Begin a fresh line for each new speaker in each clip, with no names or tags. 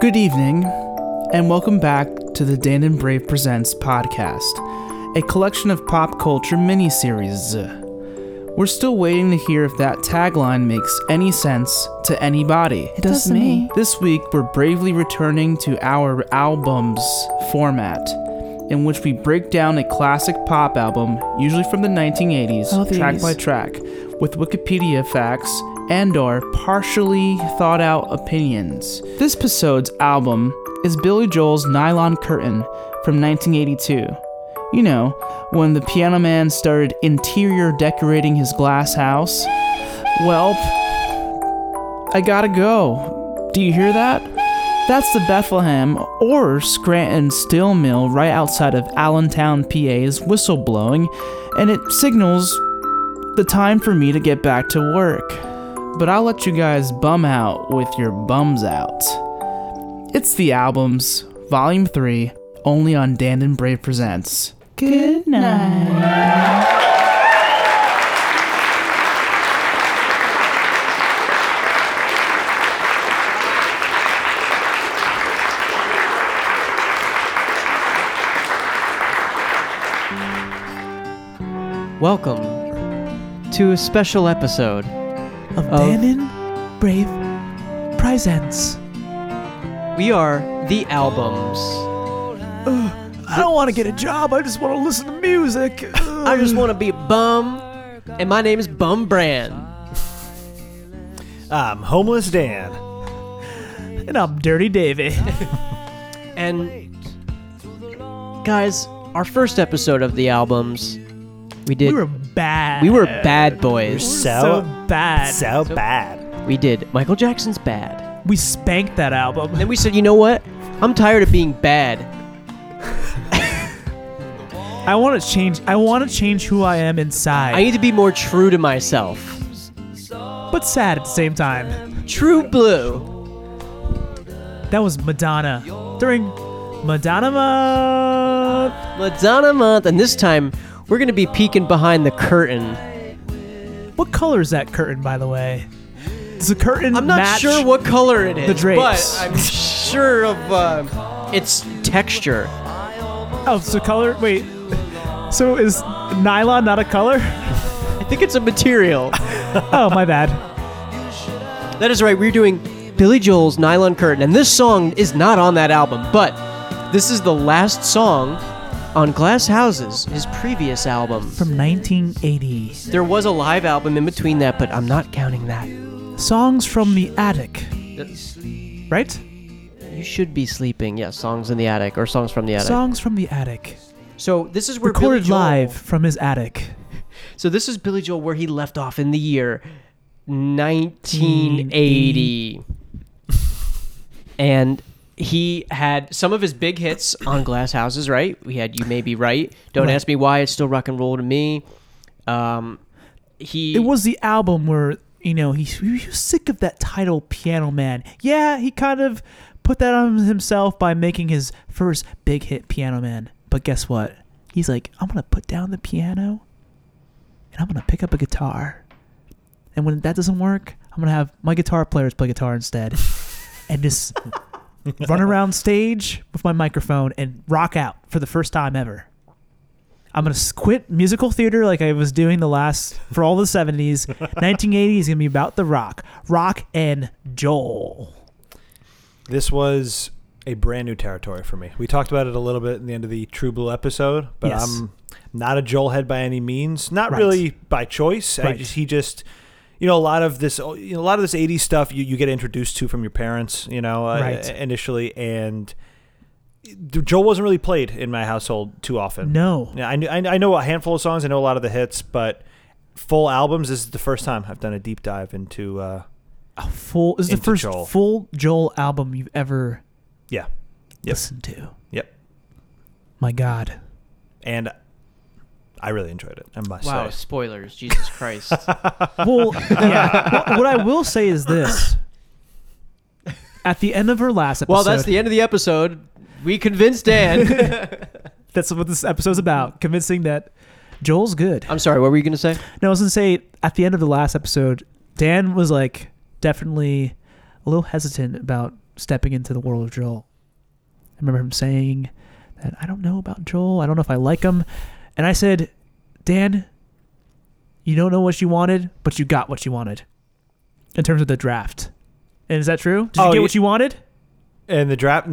Good evening, and welcome back to the Dan and Brave Presents podcast, a collection of pop culture miniseries. We're still waiting to hear if that tagline makes any sense to anybody.
It does to me.
This week, we're bravely returning to our albums format, in which we break down a classic pop album, usually from the 1980s,
Oh, these.
track by track, with Wikipedia facts and or partially thought out opinions. This episode's album is Billy Joel's Nylon Curtain from 1982. You know, when the piano man started interior decorating his glass house. Welp, I gotta go. Do you hear that? That's the Bethlehem or Scranton steel mill right outside of Allentown, PA's whistle blowing, and it signals the time for me to get back to work. But I'll let you guys bum out with your bums out. It's the albums, Volume 3, only on Dan and Brave Presents.
Good night.
Welcome to a special episode.
Of
Dannon Brave Presents.
We are the albums.
I don't want to get a job. I just want to listen to music.
I just want to be a bum, and my name is Bum Brand.
I'm homeless Dan.
and I'm Dirty Davy.
And guys, our first episode of the albums, we did.
We were bad.
we were bad
You're
boys.
so,
so
bad.
so bad.
We did. Michael Jackson's bad.
we spanked that
And
album.
then we said, you know what? I'm tired of being bad.
I want to change. I want to change who I am inside,
I need to be more true to myself.
but sad at the same time.
True blue.
That was Madonna during Madonna month.
Madonna month, and this time we're gonna be peeking behind the curtain.
What color is that curtain, by the way? Does the curtain
I'm not
match-
sure what color it is,
the drapes.
but I'm sure of uh, its texture.
Oh, so color. Wait. So is nylon not a color?
I think it's a material.
Oh, my bad.
that is right. We're doing Billy Joel's Nylon Curtain, and this song is not on that album, but this is the last song on Glass Houses, his previous album.
From 1980.
There was a live album in between that, but I'm not counting that.
Songs from the Attic. Right?
You should be sleeping. Yes, songs in the attic or songs from the attic.
Songs from the Attic.
so this is where Billy
Recorded
Joel-
live from his attic.
So this is Billy Joel where he left off in the year 1980.
Mm-hmm.
and he had some of his big hits on Glass Houses, right? We had You May Be Right, Don't
Right.
Ask Me Why, It's Still Rock and Roll to Me. Um, he
It was the album where, you know, he, he was sick of that title, Piano Man. Yeah, he kind of put that on himself by making his first big hit, Piano Man. But guess what? He's like, I'm going to put down the piano and I'm going to pick up a guitar. And when that doesn't work, I'm going to have my guitar players play guitar instead and just run around stage with my microphone and rock out for the first time ever. I'm gonna s- quit musical theater like I was doing the last for all the 70s. 1980 is gonna be about the rock, rock and Joel.
This was a brand new territory for me. We talked about it a little bit in the end of the True Blue episode, but
Yes.
I'm not a Joel head by any means. Not
Right.
really by choice. I
Right.
just, he just, you know, a lot of this, you know, a lot of this '80s stuff you, you get introduced to from your parents, you know, uh,
Right.
initially, and Joel wasn't really played in my household too often.
No,
Yeah, I, kn- I kn- I know a handful of songs. I know a lot of the hits, but full albums. This is the first time I've done a deep dive into. Uh,
a full this is the
Into
first
Joel.
full Joel album you've ever
yeah. Yep.
listened to.
Yep.
My God,
And I really enjoyed it. I must
wow,
say.
spoilers, Jesus Christ.
Well, yeah. What- what I will say is this: at the end of her last episode,
well, that's the end of the episode. We convinced Dan.
that's what this episode's about, convincing that Joel's good.
I'm sorry, what were you going to say?
No, I was gonna say at the end of the last episode, Dan was like definitely a little hesitant about stepping into the world of Joel. I remember him saying that I don't know about Joel. I don't know if I like him. And I said, Dan, you don't know what you wanted, but you got what you wanted in terms of the draft. And is that true? Did you
Oh,
get
you-
what you wanted?
And the draft?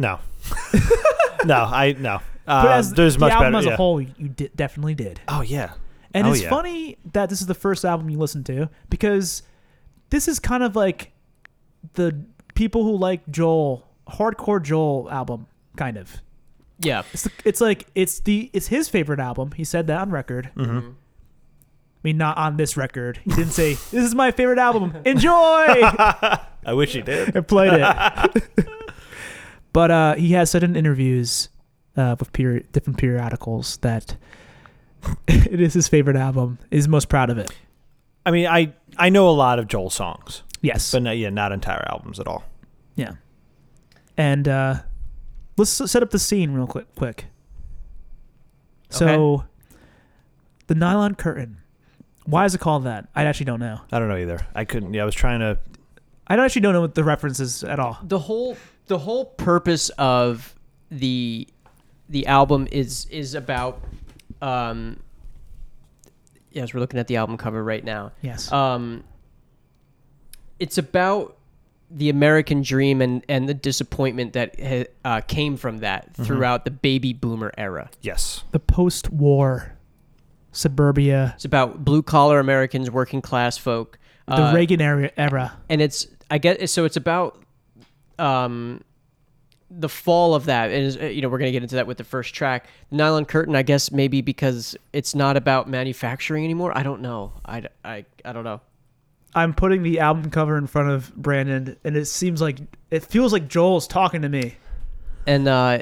No, no, I no. Uh,
but as
there's
the
much
album
better.
as
yeah.
a whole, you did, definitely did.
Oh yeah.
And
Oh,
it's
yeah.
funny that this is the first album you listen to because this is kind of like the people who like Joel, hardcore Joel album, kind of.
Yeah.
It's the, it's like it's the it's his favorite album. He said that on record. I
Mm-hmm.
mean, not on this record. He didn't say this is my favorite album. Enjoy.
I wish he did.
and played it. but uh, he has said in interviews uh, with peri- different periodicals that it is his favorite album. Is most proud of it.
I mean, I I know a lot of Joel songs,
Yes.
but no, yeah, not entire albums at all.
yeah. And uh, let's s- set up the scene real quick. Quick. So, the nylon curtain. Why is it called that? I actually don't know.
I don't know either. I couldn't. Yeah, I was trying to.
I actually don't know what the reference is at all.
The whole the whole purpose of the the album is is about um yes, we're looking at the album cover right now.
Yes.
Um, it's about the American dream and, and the disappointment that ha- uh, came from that throughout the baby boomer era.
Yes.
the post-war suburbia,
It's about blue collar Americans, working class folk.
the
uh,
Reagan era. era.
and it's I guess so. It's about um, the fall of that, and it's- you know we're gonna get into that with the first track, Nylon Curtain. I guess maybe because it's not about manufacturing anymore. I don't know. I, I, I don't know.
I'm putting the album cover in front of Brandon, and it seems like it feels like Joel's talking to me.
And uh,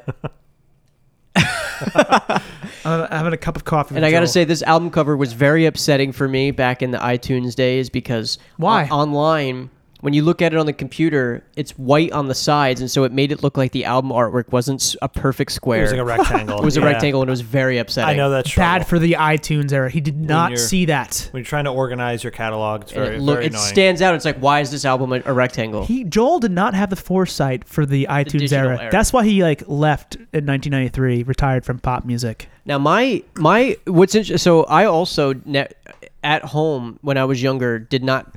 I'm I'm having a cup of coffee.
And
with
I got to
Joel.
say, this album cover was very upsetting for me back in the iTunes days because
Why?
on- online, when you look at it on the computer, it's white on the sides, and so it made it look like the album artwork wasn't s- a perfect square.
It was like a rectangle.
It was a
Yeah.
rectangle, and it was very upsetting.
I know that's
bad for the iTunes era. He did not
you're-
see that.
When you're trying to organize your catalog, it's
And
very,
it look,
very
it
annoying.
stands out. It's like, why is this album a, a rectangle?
He Joel did not have the foresight for the iTunes
digital
era.
era.
That's why he like left in 1993, retired from pop music.
Now my my what's interesting. So I also ne- at home when I was younger did not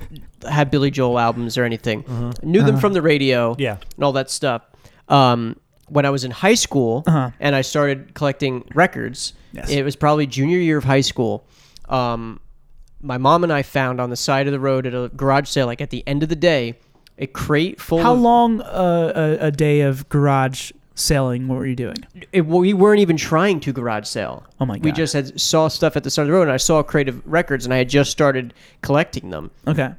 have Billy Joel albums or anything. Knew them from the radio,
Mm-hmm. Uh-huh. Yeah.
and all that stuff. Um, when I was in high school
Uh-huh.
and I started collecting records, it was probably junior year of high school. Um, my mom and I found on the side of the road at a garage sale, like at the end of the day, a crate full.
How
of,
long uh, a, a day of garage selling were you doing?
it, we weren't even trying to garage sale.
Oh my
We
God.
just had saw stuff at the side of the road, and I saw Creative Records, and I had just started collecting them.
Okay.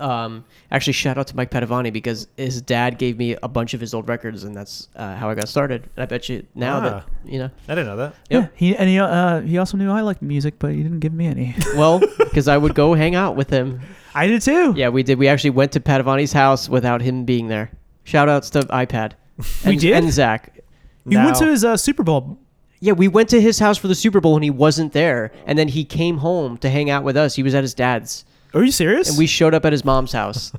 Um, actually, shout out to Mike Padavani because his dad gave me a bunch of his old records, and that's uh, how I got started. And I bet you now
Ah.
that you know,
I didn't know that.
Yeah.
Yep.
He and he uh, he also knew I liked music, but he didn't give me any.
well, because I would go hang out with him.
I did too.
Yeah, we did. We actually went to Padavani's house without him being there. Shout outs to iPad.
We
and,
did?
and Zach.
You went
Now-
to his uh, Super Bowl
Yeah, we went to his house for the Super Bowl, and he wasn't there. And then he came home to hang out with us. He was at his dad's.
Are you serious?
and we showed up at his mom's house.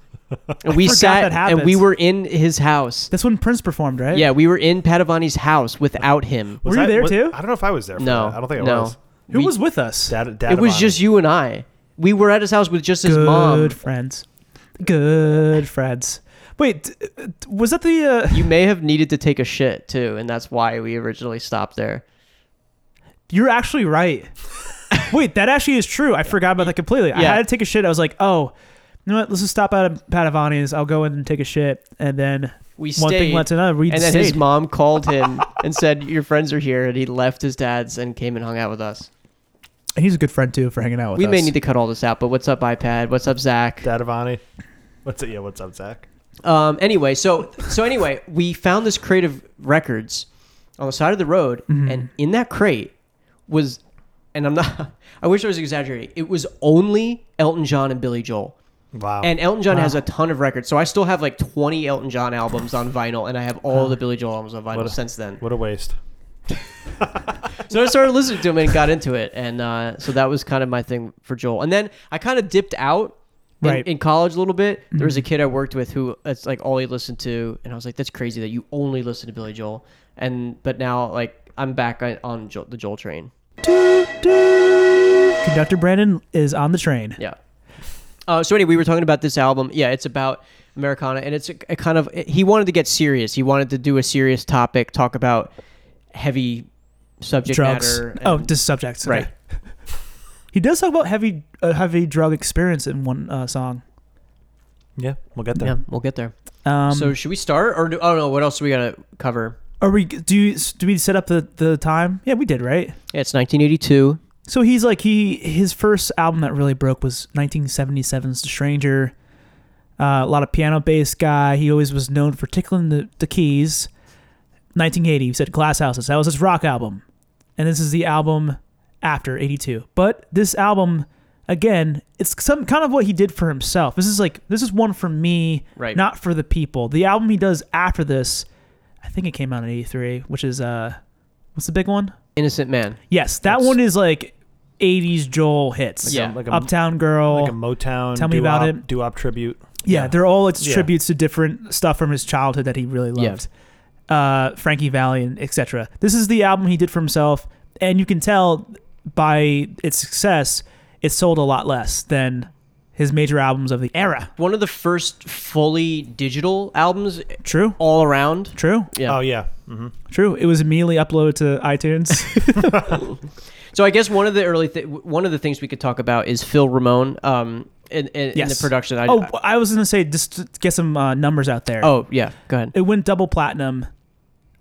And we
forgot
sat
that
and
happened.
we were in his house.
That's when Prince performed, right?
Yeah, we were in Padavani's house without him.
Were you
I-
there too?
I don't know if I was there. For
No,
that. I don't think I
no.
was.
Who
We-
was with us?
Dad, dad
It was
Amani.
just you and I. We were at his house with just his
Good
mom.
friends. Good friends. Wait, d- uh, d- was that the? Uh,
You may have needed to take a shit too, and that's why we originally stopped there.
you're actually right. Wait, that actually is true. I forgot about that completely. I
Yeah.
had to take a shit. I was like, oh, you know what? Let's just stop at Padavani's. I'll go in and take a shit, and then
We
one
stayed,
thing led to another. We
and then
stayed.
his mom called him and said, "Your friends are here," and he left his dad's and came and hung out with us.
and he's a good friend too for hanging out with
we
us.
may need to cut all this out, but what's up, iPad? What's up, Zach?
Dad Avani. What's it? Yeah, what's up, Zach?
Um, anyway, so so anyway, we found this crate of records on the side of the road,
Mm-hmm.
and in that crate was, and I'm not, I wish I was exaggerating. It was only Elton John and Billy Joel,
Wow.
and Elton John has a ton of records. So I still have like 20 Elton John albums on vinyl, and I have all the Billy Joel albums on vinyl
What a-
since then.
what a waste.
So I started listening to him and got into it, and uh, so that was kind of my thing for Joel. And then I kind of dipped out in,
Right. Mm-hmm.
in college a little bit, there was a kid I worked with who it's like all he listened to, and I was like, "That's crazy that you only listen to Billy Joel." And but now like I'm back on, on Joel, the Joel train.
Conductor Brandon is on the train.
Yeah. Uh, so anyway, we were talking about this album. Yeah, it's about Americana, and it's a, a kind of he wanted to get serious. He wanted to do a serious topic, talk about heavy subject
Drugs.
matter.
Oh,
and-
just subjects. okay.
right.
He does talk about heavy uh, heavy drug experience in one uh, song.
Yeah, we'll get there.
Yeah, we'll get there.
Um,
so should we start, or do, oh no, what else do we gotta cover?
are we? Do you, do we set up the the time? Yeah, we did, right?
Yeah, it's 1982.
So he's like he his first album that really broke was 1977's The Stranger. Uh, a lot of piano bass guy. He always was known for tickling the, the keys. 1980, he said Glass Houses. That was his rock album, and this is the album after 82. But this album, again, it's some kind of what he did for himself. This is like this is one for me,
Right.
not for the people. The album he does after this, I think it came out in 83, which is uh, what's the big one?
Innocent Man.
Yes, that
That's-
one is like 80s Joel hits.
Like a- Yeah.
like a-
Uptown Girl.
Like a Motown.
Tell me about
doo-wop-
it.
Doo-wop tribute.
yeah, they're all it's
Yeah.
tributes to different stuff from his childhood that he really
Yeah.
loved. Uh, Frankie Valley and etc. This is the album he did for himself, and you can tell by its success, it sold a lot less than his major albums of the era.
One of the first fully digital albums
True.
all around.
True.
Yeah.
Oh yeah. hmm
True. It was immediately uploaded to iTunes.
So I guess one of the early th- one of the things we could talk about is Phil Ramone um, in, in, in the
Yes.
production. I,
oh,
I-
I was gonna say just to get some uh, numbers out there.
oh yeah, go ahead.
it went double platinum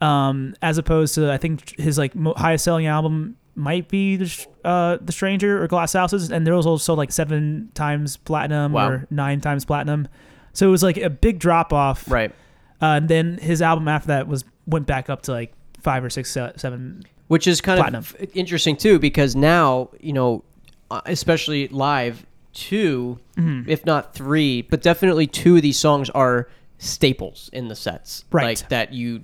um as opposed to i think his like mo- highest selling album might be the Sh- uh the stranger or glass houses and there was also like seven times platinum
Wow.
or nine times platinum so it was like a big drop off
Right.
uh, and then his album after that was went back up to like five or six se- seven
which is kind
Platinum.
of f- interesting too because now you know uh, especially live 2
Mm-hmm.
if not three but definitely two of these songs are staples in the sets
Right.
like that you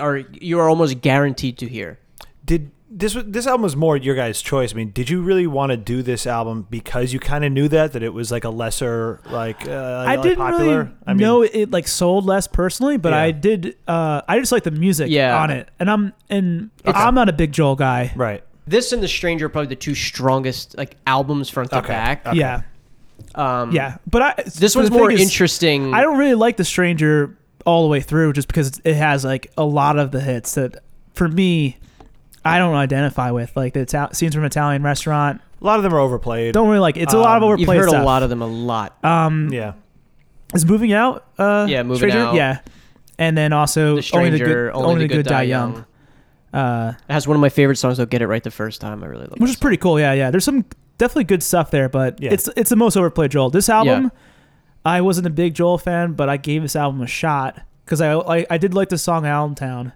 are you are almost guaranteed to hear
Did this was- this album was more your guys' choice? I mean, did you really want to do this album because you kind of knew that that it was like a lesser like uh,
i
like
didn't
popular?
really
I mean,
know it like sold less personally but
Yeah.
i did uh i just like the music
Yeah.
on it and i'm and i'm not a big joel guy
right?
this and the stranger are probably the two strongest like albums front to
Okay.
back
Okay.
yeah
um
yeah but i
this
but the
one's
thing
more
is-
interesting
I don't really like The Stranger all the way through just because it has like a lot of the hits that for me I don't identify with like the Ital- scenes from Italian restaurant.
A lot of them are overplayed.
Don't really like it. it's a lot of
Um,
overplayed
you've heard
stuff.
a lot of them a lot
um
yeah.
is moving out uh
Yeah, Moving
Stranger?
Out.
Yeah. And then also
the stranger
only the good only, the good die young. Uh
it has one of my favorite songs though get it right the first time i really love
which
that
is pretty cool. Yeah, yeah. There's some definitely good stuff there, but
Yeah.
it's it's the most overplayed Joel. This album, I wasn't a big Joel fan, but I gave this album a shot because I, I I did like the song Allentown,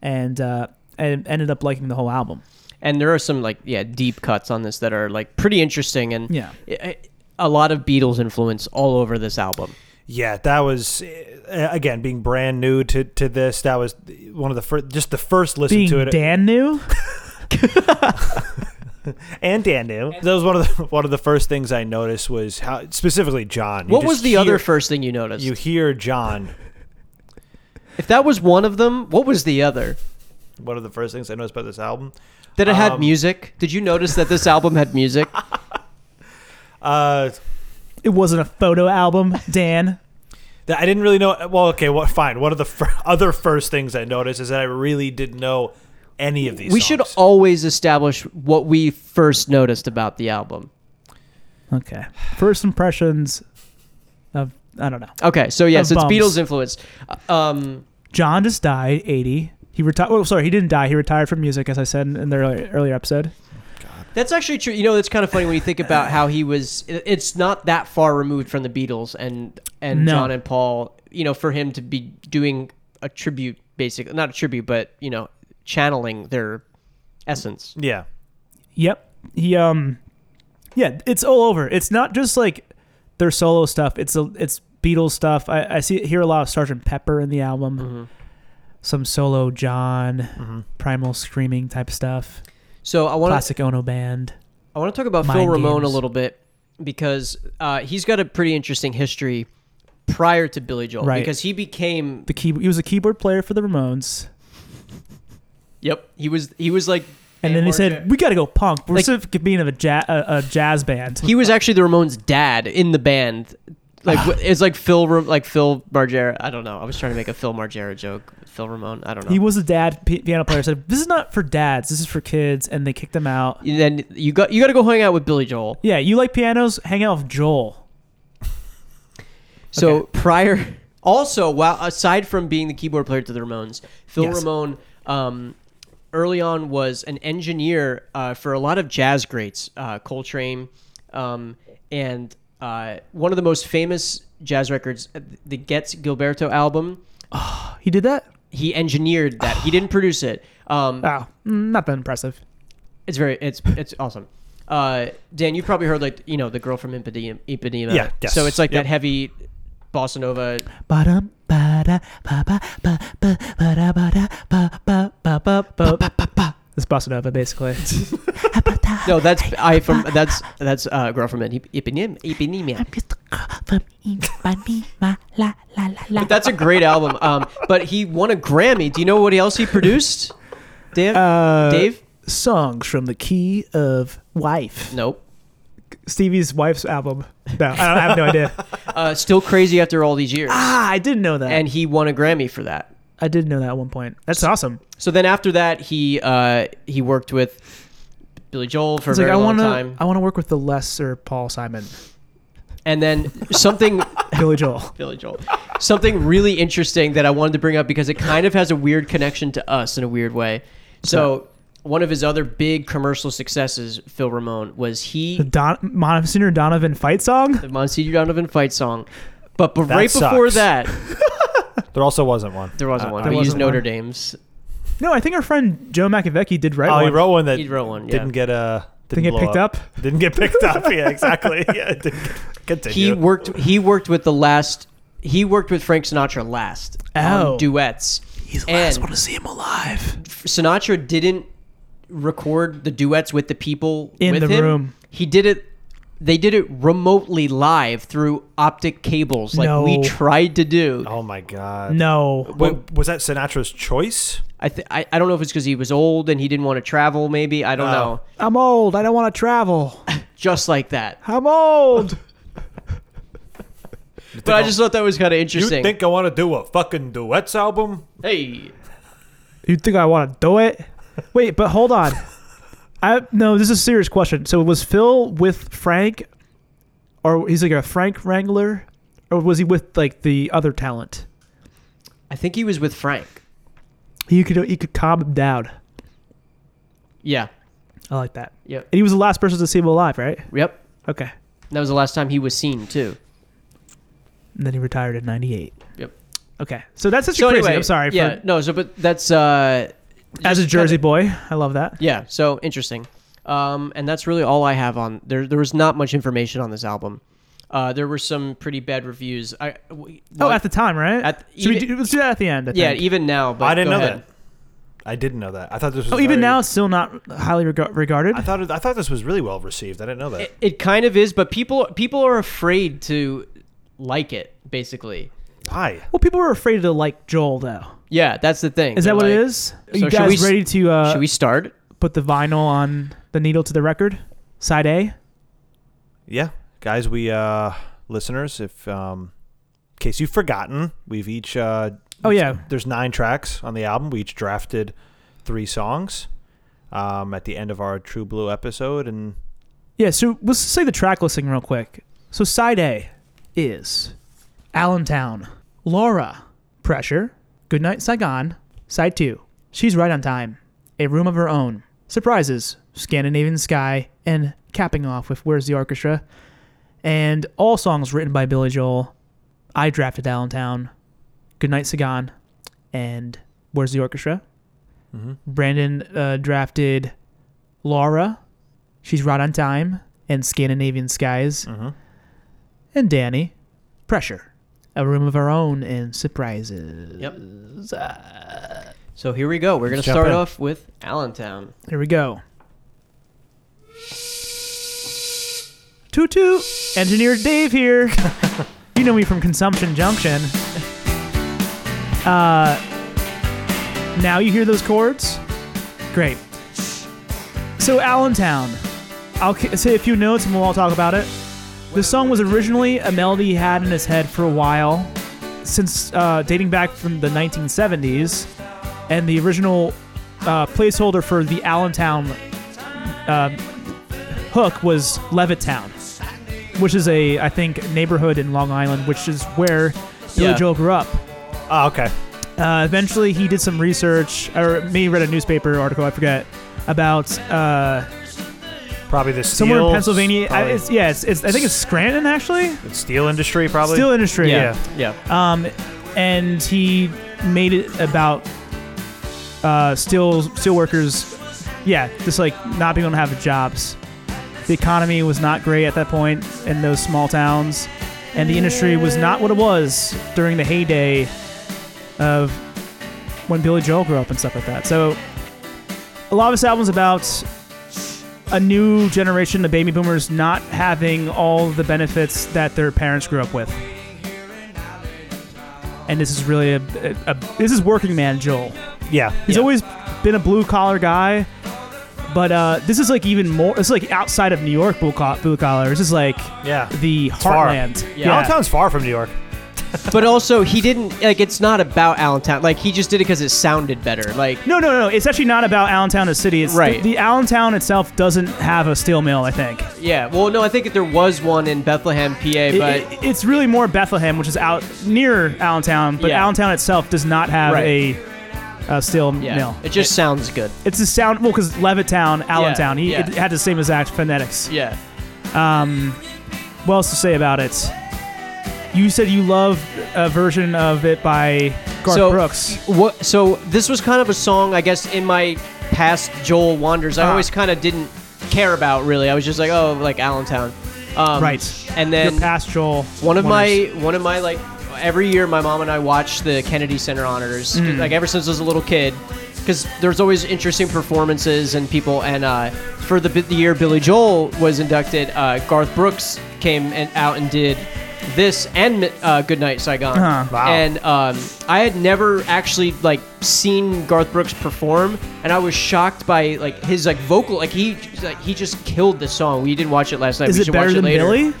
and uh, and ended up liking the whole album.
and there are some like yeah deep cuts on this that are like pretty interesting and
Yeah.
i- a lot of Beatles influence all over this album.
Yeah, that was uh, again being brand new to, to this. That was one of the first, just the first listen
Being
to it,
Dan new,
and Dan knew. That was one of the one of the first things I noticed was how specifically John. You
What
just
was the
hear-
other first thing you noticed?
You hear John.
if that was one of them, what was the other?
One of the first things I noticed about this album.
That it had
Um,
music. Did you notice that this album had music?
Uh,
it wasn't a photo album. Dan,
that I didn't really know. Well, okay, well, fine. One of the fir- other first things I noticed is that I really didn't know any of these.
we should
songs.
always establish what we first noticed about the album.
okay. First impressions of I don't know.
Okay, so yes,
Of
it's
bumps.
Beatles influence. Uh, Um,
John just died, eighty. He retired. Oh, sorry, he didn't die. He retired from music, as I said in the earlier, earlier episode.
that's actually true. You know, it's kind of funny when you think about how he was. it- It's not that far removed from the Beatles and and
No.
John and Paul. You know, for him to be doing a tribute, basically not a tribute, but you know, channeling their essence.
Yeah.
Yep. He um yeah, it's all over. It's not just like their solo stuff. It's a, it's Beatles stuff. I, I see hear a lot of Sergeant Pepper in the album. Some solo John, Primal Screaming type stuff.
So I want to
Classic Ono band.
I want to talk about Phil
Mind
Ramone a
games.
little bit because uh, he's got a pretty interesting history prior to Billy Joel
Right.
because he became
The key, he was a keyboard player for the Ramones,
yep he was he was like
and then he said, "We got to go punk." We're
Like-
sort of being of a, ja- a, a jazz band.
he was actually the Ramones' dad in the band. Like
Ah.
wh- it's like Phil Ra- like Phil Margera. I don't know. I was trying to make a Phil Margera joke. Phil Ramone. I don't know.
He was a dad p- piano player. Said, "This is not for dads. This is for kids," and they kicked him out.
And then you got you got to go hang out with Billy Joel.
Yeah, you like pianos? Hang out with Joel.
So
Okay.
prior, also while aside from being the keyboard player to the Ramones, Phil
Yes.
Ramone um, early on was an engineer uh, for a lot of jazz greats, uh, Coltrane, um, and uh, one of the most famous jazz records, uh, the Gets Gilberto album.
He did that.
He engineered that. he didn't produce it. Um,
Ah.
Oh, mm, not that impressive.
It's very it's it's awesome. Uh, Dan, you probably heard like you know the girl from Ipanema. Ipanema.
Yeah, yes.
So it's like
Yep.
that heavy bossa nova.
Ba-dum, ba-da, ba-ba, ba, ba, ba-da, ba-da, ba, ba, ba, ba, ba, ba, ba, ba. It's bossa nova, basically.
No, that's I from that's that's uh, girl from Ip- Ipanema. Ipanema.
Just from Ipanema, la la la la.
But that's a great album. Um, but he won a Grammy. Do you know what else he produced? Dan,
Uh,
Dave.
Songs from the Key of Wife.
Nope.
Stevie's wife's album. No, I, don't, I have no idea.
Uh, still crazy after all these years,
Ah, I didn't know that.
and he won a Grammy for that.
I did know that at one point. That's awesome.
So then after that, he uh, he worked with Billy Joel for a
It's
very
like I
long
want to.
time,
I want to work with the lesser Paul Simon,
and then something
Billy Joel.
Billy Joel. Something really interesting that I wanted to bring up because it kind of has a weird connection to us in a weird way. So, one of his other big commercial successes, Phil Ramone, was
The
he
Don Monsignor Donovan fight song.
the Monsignor Donovan fight song. But, but
That
right before
sucks.
that,
There also wasn't one.
there wasn't one.
there
we used
wasn't
Notre
one.
Dame's.
No, I think our friend Joe Maccavecchi did write
oh,
one.
he wrote one that
He wrote one, yeah.
didn't get a
Didn't
didn't,
get
blow
picked up.
Didn't get picked up. Yeah, exactly. Yeah, it didn't get-
He
continue.
worked. He worked with the last. He worked with Frank Sinatra last
Oh.
on duets.
He's the
And-
last one to see him alive.
Sinatra didn't record the duets with the people
In
with
the
him.
room.
He did it. They did it remotely live through optic cables, like we
No.
tried to do.
Oh my god.
No.
Wait, was that Sinatra's choice?
I, th- I I don't know if it's because he was old and he didn't want to travel. Maybe I don't
Oh.
know.
I'm old. I don't want to travel.
Just like that.
I'm old.
But I just thought that was kind of
You
interesting.
think I want to do a fucking duets album?
hey,
you think I want to do it? Wait, but hold on. I no, this is a serious question. So was Phil with Frank or he's like a Frank wrangler or was he with like the other talent?
I think he was with Frank.
He could he could calm him down.
Yeah.
I like that.
Yep.
And he was the last person to see him alive, right?
Yep.
Okay.
That was the last time he was seen too.
And then he retired in 98.
Yep.
Okay. So that's such a crazy. I'm sorry
Yeah.
for
No. So, but that's uh,
as a
just
Jersey
kinda-
boy, I love that.
Yeah, so interesting. Um, and that's really all I have on there. There was not much information on this album. Uh, there were some pretty bad reviews. I, we,
Oh,
well,
at the time, right?
At-
Should we
even-
do, let's do that at the end. I
yeah,
think.
even now. But
I didn't
go
know
ahead.
that. I didn't know that. I thought this was
Oh, even
very-
now, it's still not highly rega- regarded.
I thought it, I thought this was really well received. I didn't know that.
It, it kind of is, but people people are afraid to like it. Basically,
Why?
well, people were afraid to like Joel, though.
yeah, that's the thing.
Is that
They're
what it
like,
is? Are you
should
guys
we s-
ready to uh,
Should we start?
put the vinyl on the needle to the record? Side A?
Yeah, guys, we uh listeners, if um in case you've forgotten, we've each uh
Oh, yeah.
there's nine tracks on the album. We each drafted three songs um at the end of our True Blue episode and
Yeah, so let's say the track listing real quick. So side A is Allentown, Laura, Pressure, Goodnight Saigon. Side 2, She's Right on Time, A Room of Her Own, Surprises, Scandinavian Sky, and capping off with Where's the Orchestra? And all songs written by Billy Joel. I drafted Allentown, Goodnight Saigon, and Where's the Orchestra? Brandon uh, drafted Laura, She's Right on Time and Scandinavian Skies. And Danny, Pressure, A Room of Our Own and Surprises.
Yep. So here we go. We're gonna
Let's jump
start
in.
off with Allentown.
Here we go. Toot toot! Engineer Dave here. you know me from Consumption Junction. Uh, now you hear those chords? Great. So, Allentown. I'll k- say a few notes and we'll all talk about it. This song was originally a melody he had in his head for a while, since uh, dating back from the 1970s, and the original uh, placeholder for the Allentown uh, hook was Levittown, which is a I think neighborhood in Long Island, which is where Billy
Yeah.
Joel grew up.
Oh, okay.
Uh, eventually, he did some research, or maybe read a newspaper article, I forget, about uh,
Probably the steel.
somewhere in Pennsylvania. I,
probably
it's, yeah, it's, it's, I think it's Scranton actually,
the steel industry, probably.
steel industry.
Yeah.
Yeah.
Um, and he made it about uh, steel steel workers. Yeah, just like not being able to have jobs. The economy was not great at that point in those small towns, and the industry was not what it was during the heyday of when Billy Joel grew up and stuff like that. So, a lot of this album's about a new generation of baby boomers not having all the benefits that their parents grew up with and this is really a, a, a- this is working man Joel.
Yeah.
He's always been a blue collar guy, but uh, this is like even more. It's like outside of New York blue, co- blue collar. This is like
Yeah.
the
far.
heartland.
Yeah.
Allentown's far from New York.
But also, he didn't like. It's not about Allentown. Like he just did it because it sounded better. Like
No, no, no. It's actually not about Allentown as a city. It's
Right.
The, the Allentown itself doesn't have a steel mill. I think.
yeah. Well, no, I think that there was one in Bethlehem, PA,
It-
but
it- it's really more Bethlehem, which is out near Allentown, but
Yeah.
Allentown itself does not have
Right.
a, a steel
yeah,
mill.
it just sounds good.
It's the sound well because Levittown, Allentown, he,
yeah.
it had the same exact phonetics.
Yeah.
Um, what else to say about it? You said you love a version of it by Garth
so
Brooks.
what? So this was kind of a song, I guess, in my past Joel wanders. I
Ah.
always kind of didn't care about really. I was just like, oh, like Allentown. Um,
Right.
And
Your
then
past Joel.
one of
wonders.
my one of my like every year my mom and i watch the kennedy center honors
Mm.
like ever since i was a little kid because there's always interesting performances and people and uh, for the, bit- the year billy joel was inducted uh, garth brooks came and, out and did this and uh, goodnight saigon
Uh-huh.
Wow.
and um, i had never actually like seen garth brooks perform and i was shocked by like his like vocal like he like, he just killed the song we didn't watch it last night
Is
we
it
should
better
watch
than
it later
Billy?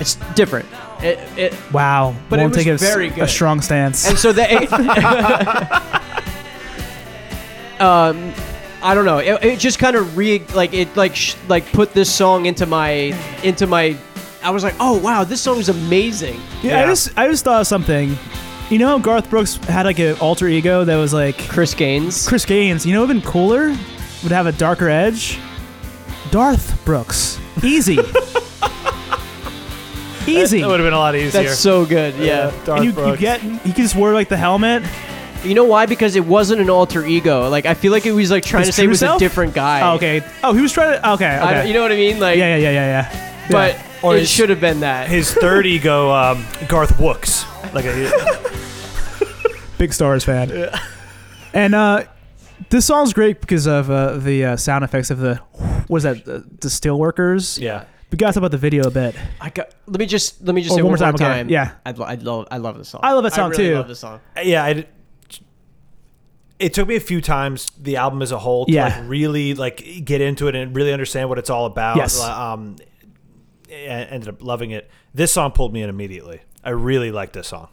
it's different it, it,
Wow.
But it
Won't
was
take a, s-
very
a
good.
strong stance.
and so they um i don't know it, it just kind of re like it like sh- like put this song into my into my i was like oh wow this song is amazing
yeah, I
Yeah.
just I just thought of something. You know, how Garth Brooks had like an alter ego that was like
chris gaines
Chris Gaines. You know, even cooler would have a darker edge. Darth Brooks. Easy. Easy.
That would have been a lot easier.
that's so good yeah
Darth
and you, you
Brooks.
get he could just wear like the helmet.
you know why because it wasn't an alter ego like i feel like it was like trying
His
to say it
true
was
self?
a different guy
Oh, okay. Oh, he was trying to. Okay.
I-
Okay.
you know what i mean like
yeah, yeah, yeah, yeah, yeah.
but
Yeah.
Or
it
his-
should have been that
his third ego, um, Garth Wooks. Like a,
big Stars fan. And uh, this song's great because of uh, the uh, sound effects of the what is that the, the steel workers.
yeah.
We got to talk about the video a bit.
i got let me just let me just
Oh,
say
one
one,
more time, okay.
time
Yeah.
I'd, lo- I'd love i love this song
I love that song,
really
too.
love this song
yeah I d it took me a few times the album as a whole to
Yeah.
like really like get into it and really understand what it's all about
Yes.
um I ended up loving it this song pulled me in immediately i really liked this song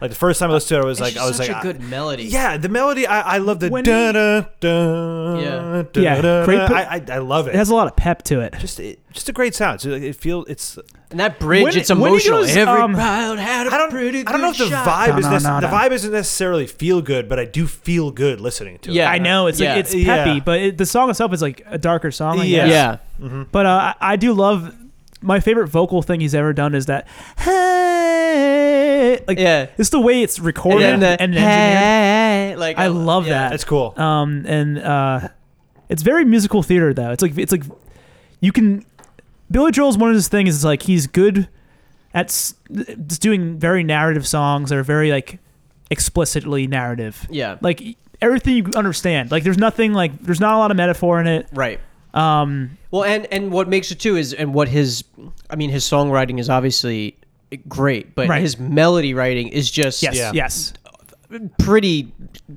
like the first time i listened to it i was
It's
like
just
i was
such
like
a
I-
good melody.
yeah the melody i, I love the
When-
da da da
Yeah.
Yeah, great put-
I, I, I love it,
It has a lot of pep to it.
just it, just a great sound. So, like, It feels it's.
And that bridge,
When-
it's
when he
emotional.
goes,
Every
um,
crowd had a
I don't.
pretty
I don't know if
good
the
shot.
vibe
No,
is
no,
nec-
no,
the
no.
vibe isn't necessarily feel good, but I do feel good listening to
Yeah.
it.
I know it's
Yeah.
like it's peppy,
Yeah.
but it, the song itself is like a darker song. I
Yeah.
guess.
Yeah.
But uh, I I do love my favorite vocal thing he's ever done is that hey like
Yeah.
it's the way it's recorded and,
And then the
engineered.
hey, like
I love
yeah.
that.
That's cool.
Um and uh it's very musical theater though. It's like it's like you can Billy Joel's one of his things is like he's good at s- just doing very narrative songs that are very like explicitly narrative.
Yeah.
Like everything you understand. Like there's nothing like there's not a lot of metaphor in it.
right.
Um,
Well, and and what makes it too is and what his, I mean, his songwriting is obviously great, but
Right.
his melody writing is just
yes,
Yeah.
yes.
pretty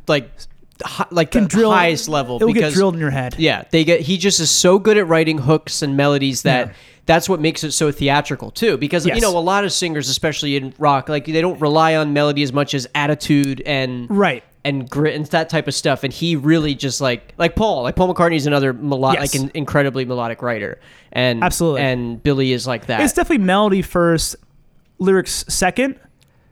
like hi, like the
Can drill-
highest level
It will
because
get drilled in your head.
yeah they get he just is so good at writing hooks and melodies that. That's what makes it so theatrical too, because
Yes.
you know a lot of singers, especially in rock, like they don't rely on melody as much as attitude and
Right.
and grit and that type of stuff. And he really just like like Paul, like Paul McCartney's another melo-
Yes.
like an incredibly melodic writer, and
Absolutely.
and Billy is like that.
It's definitely melody first, lyrics second.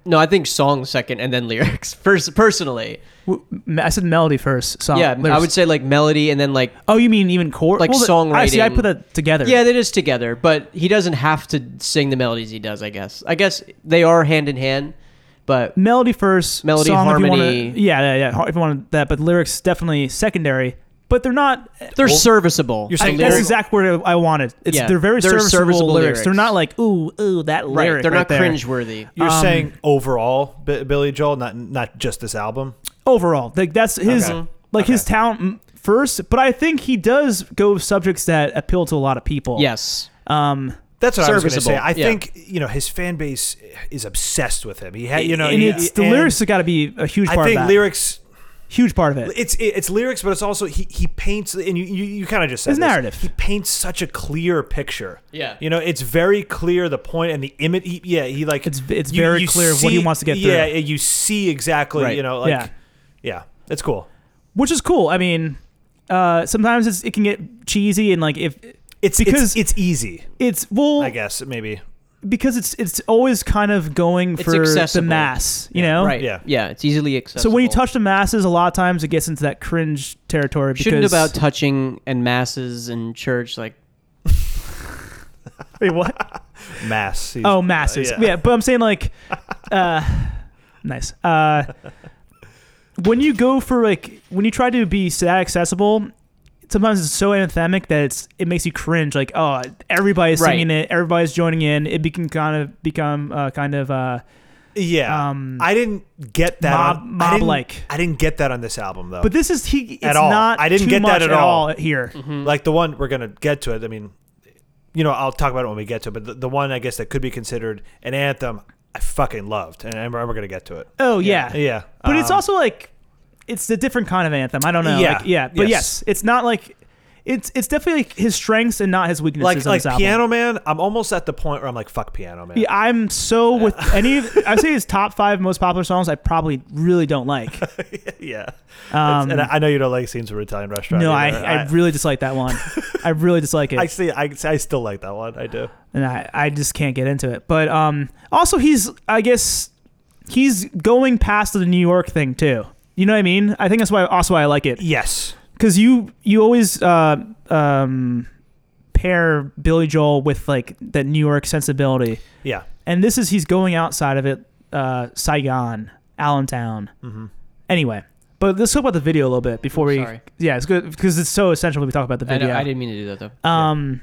no, I think song second and then lyrics. First, personally,
W- me- I said melody first. Song.
yeah, I
Uh, lyrics.
would say like melody and then like
Oh, you mean even chord?
Like
the- I see. I
songwriting.
put that together.
yeah, that is together. But he doesn't have to sing the melodies. He does, I guess. I guess they are hand in hand, but
melody first,
Melody,
song if you wanna-
harmony.
yeah, yeah, yeah. har- If you want that, but lyrics definitely secondary. But they're not.
they're serviceable.
You're
I,
saying
that's
lyrical.
the exact word I wanted. It's
Yeah,
they're very
they're
serviceable,
serviceable
lyrics.
lyrics.
They're not like ooh ooh that
right.
lyric.
they're
right
not
there.
cringeworthy.
You're
Um,
saying overall, B- Billy Joel, not not just this album.
Overall, like that's his
Okay.
like his talent m- first. But I think he does go with subjects that appeal to a lot of people.
Yes.
Um.
That's what I was
Serviceable,
going to say. I
yeah.
think you know his fan base is obsessed with him. He had you know,
and
he-
it's the
and
lyrics have got to be a huge part
I think
of that.
lyrics.
huge part of it.
It's it's lyrics, but it's also he, he paints and you you, you kind of just said
His
this.
narrative.
He paints such a clear picture.
Yeah.
you know it's very clear the point and the image. He, yeah, he like
It's- it's very clear of what he wants to get
Yeah,
through.
you see exactly.
Right.
You know, like
Yeah.
yeah, that's cool.
which is cool. I mean, uh, sometimes it's, it can get cheesy and like if
It's
Because-
because it's, easy.
it's well
I guess maybe.
because it's it's always kind of going
It's
for the
accessible.
mass, you know.
Right. Yeah. Yeah.
Yeah.
It's easily accessible.
Oh, So when you touch the masses, a lot of times it gets into that cringe territory. Because,
shouldn't about touching and masses and church like
wait what?
Mass. He's-
Oh, masses.
Uh,
yeah. but I'm saying like, uh, nice. Uh, when you go for like when you try to be that accessible, sometimes it's so anthemic that it's it makes you cringe. Like, oh, everybody's
Right.
singing it, everybody's joining in. It become kind of become uh, kind of uh,
Yeah,
Um,
I didn't get that.
mob-
on, I
mob
didn't-
like.
I didn't get that on this album though.
But this is he. It's
Oh. At all.
not.
I didn't
too
get that
much
at all.
here.
like the one we're gonna get to it. I mean, you know, I'll talk about it when we get to it. But the, the one I guess that could be considered an anthem, I fucking loved, and, and we're we're gonna get to it.
Oh yeah.
Yeah,
But it's
um,
also like, it's a different kind of anthem. I don't know.
Yeah.
Like, yeah. But yes.
Yes.
it's not like, it's it's definitely like his strengths and not his weaknesses.
like
on
like
this album.
Piano Man. I'm almost at the point where I'm like, fuck Piano Man.
Yeah, I'm so with any. of I say his top five most popular songs. I probably really don't like.
yeah.
Um,
and I, I know you don't like scenes from an Italian restaurant.
no, I,
either.
I really dislike that one. I really dislike it,
I see. I, I still like that one. I do.
and I I just can't get into it. But um, also he's I guess he's going past the New York thing too. You know what I mean? I think that's why also why I like it.
Yes.
because you you always uh, um, pair Billy Joel with like that New York sensibility,
Yeah.
and this is he's going outside of it, uh, Saigon, Allentown.
Mhm.
Anyway, but let's talk about the video a little bit before we.
Sorry.
Yeah, it's good because it's so essential when we talk about the
I,
video.
know, I didn't mean to do that though.
Um,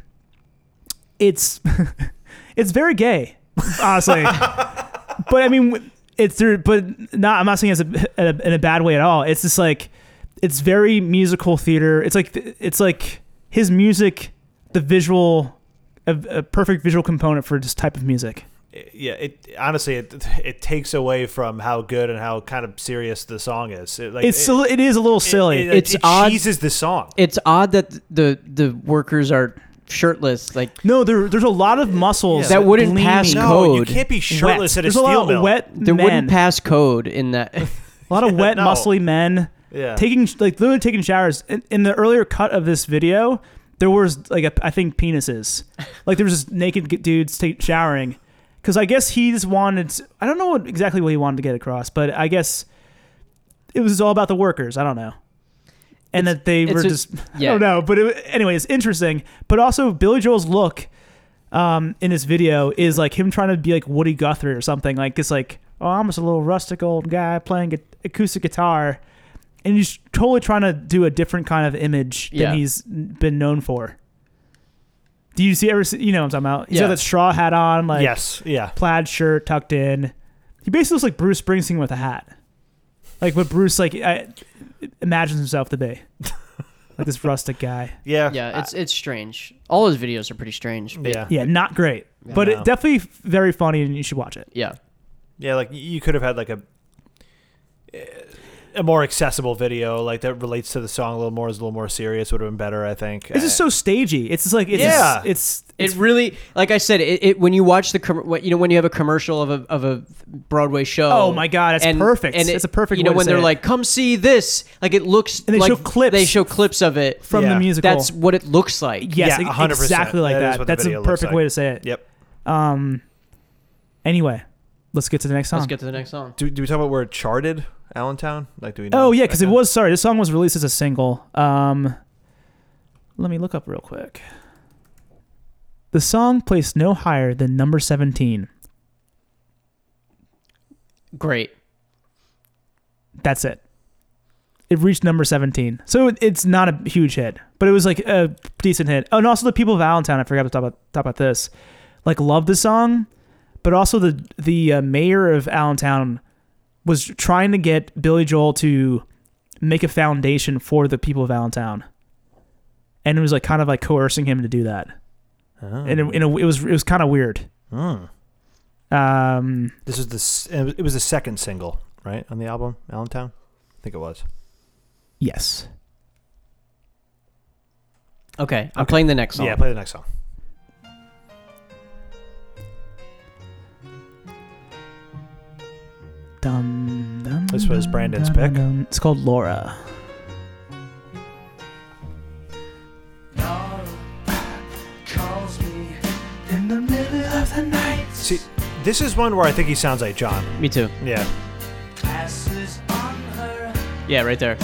it's it's very gay, honestly. but I mean, w- it's there, but not. I'm not saying it's a, in, a, in a bad way at all. It's just like it's very musical theater. It's like it's like his music, the visual, a, a perfect visual component for this type of music.
yeah it honestly it it takes away from how good and how kind of serious the song is It, like,
it's
it,
a li- it is a little silly.
it, it,
It's
it
odd.
cheeses the song
it's odd that the the workers are shirtless. Like
no, there, there's a lot of muscles
That wouldn't
gleaming.
pass
no you
code.
can't be shirtless
Wet.
at
There's
a steel
a lot
mill
of wet
there
men,
wouldn't pass code in that.
a lot of wet,
No.
muscly men.
yeah
taking like literally taking showers in, in the earlier cut of this video there was like a, i think penises like there was just naked g- dudes ta- showering because i guess he just wanted i don't know what, exactly what he wanted to get across but i guess it was all about the workers i don't know and that they
it's
were
a-
just i
yeah.
don't know but it, anyway it's interesting but also billy joel's look um, in this video is like him trying to be like Woody Guthrie or something. Like it's like, oh, I'm just a little rustic old guy playing gu- acoustic guitar, and he's totally trying to do a different kind of image
Yeah.
than he's been known for. Do you see ever? See, you know what I'm talking about? He's
Yeah.
got that straw hat on, like
yes yeah
plaid shirt tucked in. He basically looks like Bruce Springsteen with a hat, like what Bruce like I, imagines himself to be. like this rustic guy.
Yeah.
Yeah, it's it's strange. All his videos are pretty strange.
I-
but-
yeah.
Yeah, not great, but
No.
it definitely f- very funny, and you should watch it.
Yeah.
Yeah, like y- you could have had like a a more accessible video, like that relates to the song a little more, is a little more serious, would have been better, I think. Uh,
It's just so stagey. It's just like it's
Yeah.
just- it's,
It really, like I said, it, it when you watch the com- what- you know when you have a commercial of a of a Broadway show.
Oh my God, it's perfect.
it-
It's a perfect
You know
way to
when
say
they're
it.
like, "Come see this," like it looks.
And they
like
show clips.
They show clips of it.
from
Yeah.
the musical.
That's what it looks like.
yes,
Yeah,
e-
100%.
exactly like
That is
that.
what the
That's
video
a
looks
perfect
like.
way to say it.
Yep.
Um. Anyway, let's get to the next song.
Let's get to the next song.
Do, do we talk about where it charted, Allentown? Like, do we know?
Oh yeah, because it
Okay.
was sorry. This song was released as a single. Um, let me look up real quick. The song placed no higher than number seventeen.
Great.
That's it. It reached number seventeen, so it- it's not a huge hit, but it was like a decent hit. Oh, and also the people of Allentown. I forgot to talk about talk about this. Like loved the song, but also the the uh, mayor of Allentown was trying to get Billy Joel to make a foundation for the people of Allentown, and it was like kind of like coercing him to do that,
Oh.
and it, in a, it was it was kind of weird.
Hmm.
Um,
This was the s- it was the second single, right, on the album Allentown. I think it was.
yes,
Okay, I'm playing the next song.
Yeah, Oh, play the next song.
dum, dum,
This was
dum,
Brandon's
dum,
pick.
dum. It's called Laura.
See, this is one where I think he sounds like John.
Me too.
Yeah.
Yeah, right there.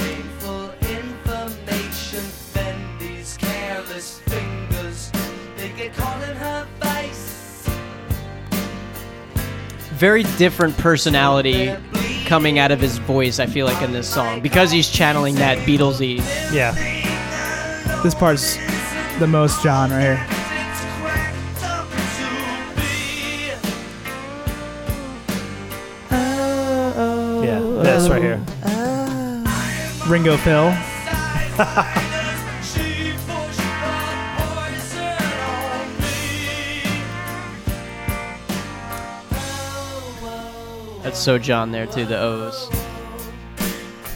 Very different personality coming out of his voice, I feel like, in this song. Because he's channeling that Beatlesy.
Yeah.
This part's the most John right here.
Yeah. This right here.
Ringo Phil.
That's so John there, too, the O's.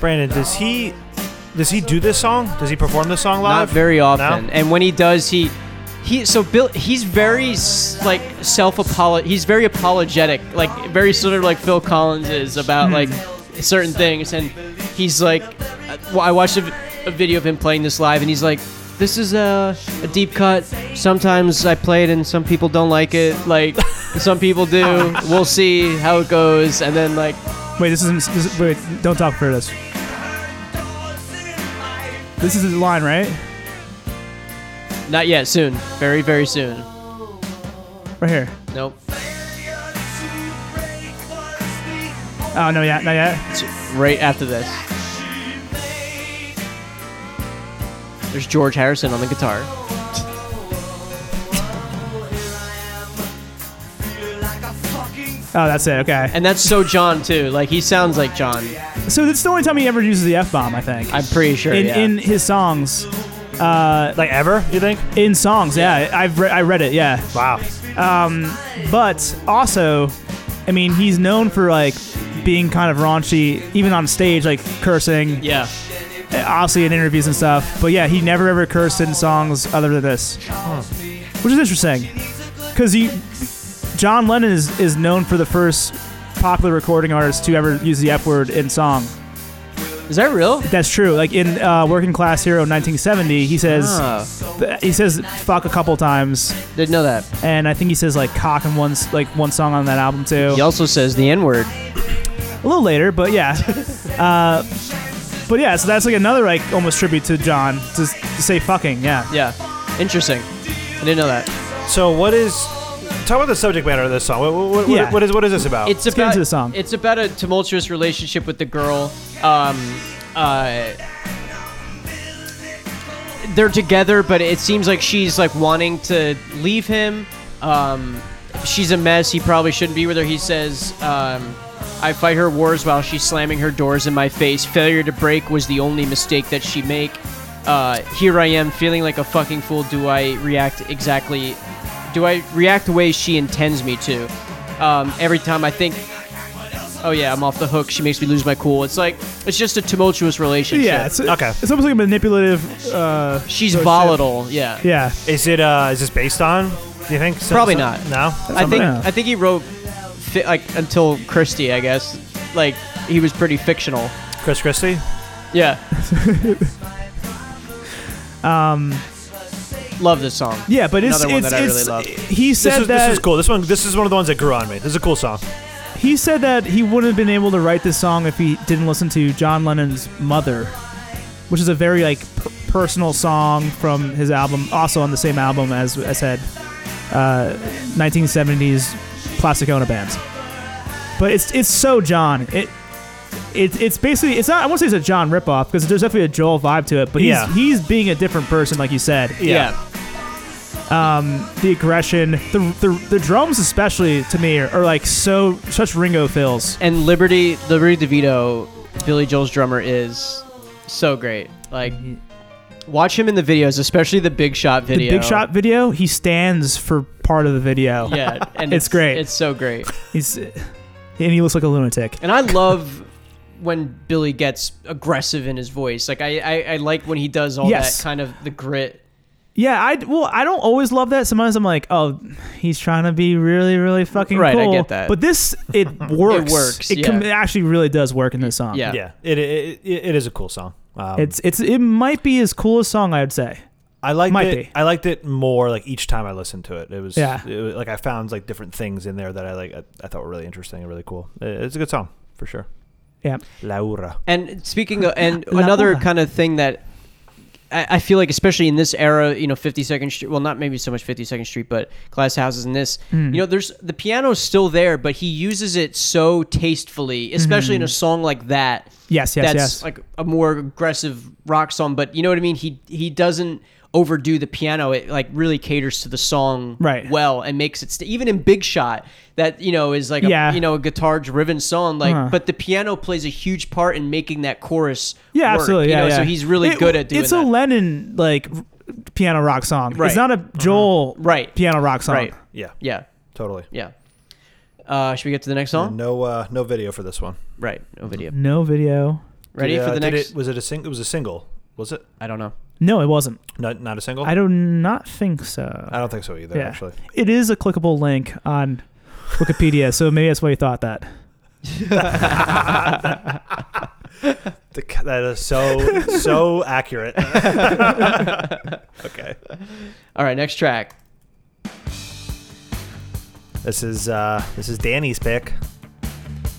Brandon, does he does he do this song? Does he perform this song
Not
live?
very
No?
often. And when he does, he. He, so Bill, he's very s- like self apolog. He's very apologetic, like very sort of like Phil Collins is about like certain things, and he's like, uh, well, I watched a, v- a video of him playing this live, and he's like, this is a, a deep cut. Sometimes I play it, and some people don't like it. Like some people do. We'll see how it goes, and then like
Wait, this isn't. This, wait, don't talk for this. This is his line, right?
not yet, soon, very very soon.
Right here.
Nope.
Oh no, yeah, not yet.
It's right after this. There's George Harrison on the guitar.
Oh, that's it. Okay.
And that's so John too. Like he sounds like John.
So that's the only time he ever uses the f bomb, I think.
I'm pretty sure.
in
yeah.
in his songs, uh,
Like ever? You think?
in songs, yeah. I've re- I read it, yeah.
Wow.
But also, I mean, he's known for like being kind of raunchy, even on stage, like cursing,
yeah.
obviously in interviews and stuff. But yeah, he never ever cursed in songs other than this, which is interesting, because he, John Lennon is is known for the first popular recording artist to ever use the F word in song.
Is that real?
That's true. Like in uh, Working Class Hero 1970, he says
Ah,
th- he says fuck a couple times,
didn't know that.
and I think he says like cock in one s- like one song on that album too.
He also says the N word.
A little later, but yeah. uh, but yeah, so that's like another like almost tribute to John to, s- to say fucking. Yeah.
Yeah. Interesting. I didn't know that.
So what is? Talk about the subject matter of this song. What, what, what-
Yeah.
what is what is this about?
It's
Let's get
about
into the song.
It's about a tumultuous relationship with the girl. Um, uh, they're together, but it seems like she's like wanting to leave him. Um, she's a mess. He probably shouldn't be with her. He says, um, "I fight her wars while she's slamming her doors in my face. Failure to break was the only mistake that she make." uh, here I am feeling like a fucking fool. Do I react exactly? Do I react the way she intends me to? Um, every time I think, oh yeah, I'm off the hook. She makes me lose my cool. It's like it's just a tumultuous relationship.
yeah, it's,
Okay.
it's almost like a manipulative. Uh,
she's
relationship.
volatile. Yeah.
Yeah,
Is it? Uh, is this based on? Do you think? So-
Probably
so-
not.
No.
I think
Yeah.
I think he wrote fi- like until Christie, I guess. Like he was pretty fictional.
Chris Christie.
Yeah,
um,
love this song.
yeah, but it's
Another one
it's,
that I
it's
really love.
he
This
said
is,
that
this is cool. This one. This is one of the ones that grew on me. This is a cool song.
he said that he wouldn't have been able to write this song if he didn't listen to John Lennon's Mother, which is a very like per- personal song from his album, also on the same album as I said, uh, 1970s Plasticona bands. But it's it's so John. It, it it's basically it's not I won't say it's a John ripoff because there's definitely a Joel vibe to it, but he's
Yeah.
he's being a different person, like you said um, the aggression, the, the the drums especially to me are, are like so such Ringo fills.
And Liberty, Liberty DeVito, Billy Joel's drummer is so great. Like, watch him in the videos, especially the Big Shot
Mm-hmm. The
video.
Big Shot video, he stands for part of the video.
Yeah, and
It's great.
It's so great.
he's and he looks like a lunatic.
And I love when Billy gets aggressive in his voice. Like I, I, I like when he does all
Yes.
that kind of the grit.
Yeah, I well, I don't always love that. Sometimes I'm like, oh, he's trying to be really, really fucking
Right, I
cool.
get that.
But this, it works.
works,
It, com-
yeah.
it actually really does work in this song.
Yeah.
Yeah. It, it, it it is a cool song. Um,
it's it's it might be his coolest song, I'd say.
I liked
might
it.
be.
I liked it more like each time I listened to it. It was
Yeah.
it was- like I found like different things in there that I like. I, I thought were really interesting and really cool. It- It's a good song for sure.
Yeah.
Laura.
And speaking of, and
La
another
hora.
kind of thing that I, I feel like, especially in this era, you know, 52nd Street, well, not maybe so much 52nd Street, but Glass Houses and this, you know, there's the piano's still there, but he uses it so tastefully, especially in a song like that.
Yes, yes,
that's
yes.
like a more aggressive rock song, but you know what I mean? He, he doesn't overdo the piano. It like really caters to the song
Right.
well and makes it, st- even in Big Shot, that, you know, is like,
Yeah.
a, you know, a guitar driven song, like,
Uh-huh.
but but the piano plays a huge part in making that chorus.
Yeah,
work,
absolutely.
you
Yeah,
know,
yeah.
So he's really
It-
good at doing
It's
that.
a Lennon like r- piano rock song.
Right.
It's not a Joel
Right.
piano rock song.
Right.
Yeah.
yeah,
Totally.
yeah. Uh, should we get to the next song?
No uh no video for this one.
Right, no video.
No video.
Ready
Did,
for
uh,
the
did
next?
It, was it a sing? It was a single. Was it?
I don't know.
No, it wasn't.
Not not a
Oh.
single.
I do not think so.
I don't think so either.
Yeah.
Actually.
It is a clickable link on Wikipedia, so maybe that's why you thought that.
The, c- that is so so accurate. okay.
All right, next track.
This is uh this is Danny's pick.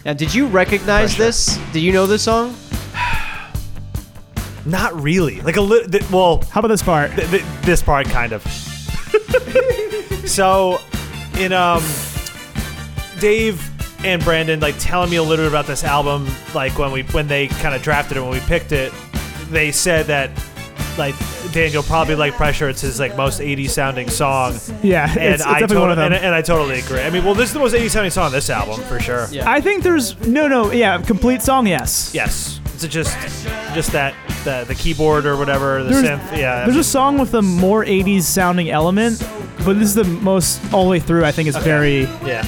Now, did you recognize
Pressure.
this? Did you know this song?
Not really. Like a little. Th- well,
How about this part?
th- th- this part kind of. so, in um, Dave and Brandon like telling me a little bit about this album, like when we when they kind of drafted it when we picked it, they said that like Daniel probably like pressure. It's his like most 80s sounding song.
Yeah, it's,
And
it's definitely
I totally,
one of them.
And, and I totally agree. I mean, well, this is the most 80s sounding song on this album for sure.
Yeah.
I think there's no, no, yeah, complete song. Yes.
Yes. It's just just that the, the keyboard or whatever the
There's-
synth. Yeah.
There's a song with a more 80s sounding element, but this is the most all the way through. I think it's very.
Yeah.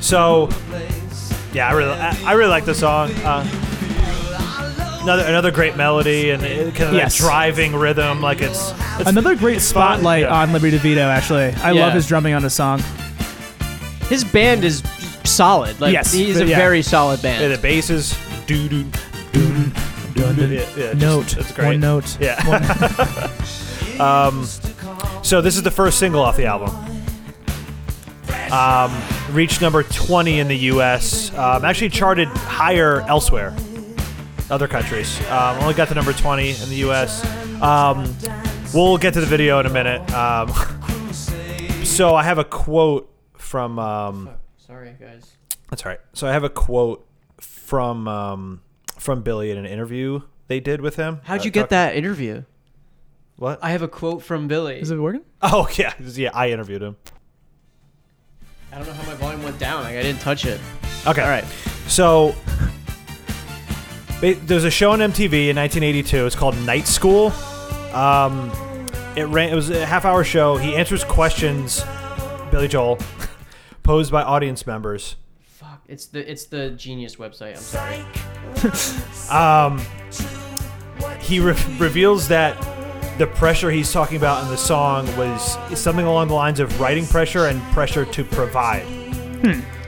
So, yeah, I really, I, I really like the song. Uh, another, another great melody and kind of
Yes.
driving rhythm, like it's, it's
Another great
fun,
spotlight
yeah.
on Liberty DeVito. Actually, I
Yeah.
love his drumming on this song.
His band is solid. Like
Yes,
he's
but
a
yeah.
very solid
yeah,
band.
the bass is doo doo doo doo doo. Yeah, yeah, just-
note.
That's great.
One note.
Yeah.
One-
Um, So this is the first single off the album. Um, reached number 20 in the U.S. Um, actually charted higher elsewhere, other countries. Um, only got to number 20 in the U.S. Um, we'll get to the video in a minute. Um, so I have a quote from. Um,
Sorry, guys.
that's all right. So I have a quote from um, from Billy in an interview they did with him.
How'd
Uh,
you get
talk-
that interview?
What?
I have a quote from Billy.
Is it working?
oh yeah, yeah. I interviewed him.
I don't know how my volume went down. Like I didn't touch it.
Okay.
All right.
So ba- there was a show on MTV in 1982. It's called Night School. Um, it ran. It was a half-hour show. He answers questions, Billy Joel, posed by audience members.
Fuck, it's the it's the genius website. I'm sorry.
Um, he re- reveals that the pressure he's talking about in the song was something along the lines of writing pressure and pressure to provide.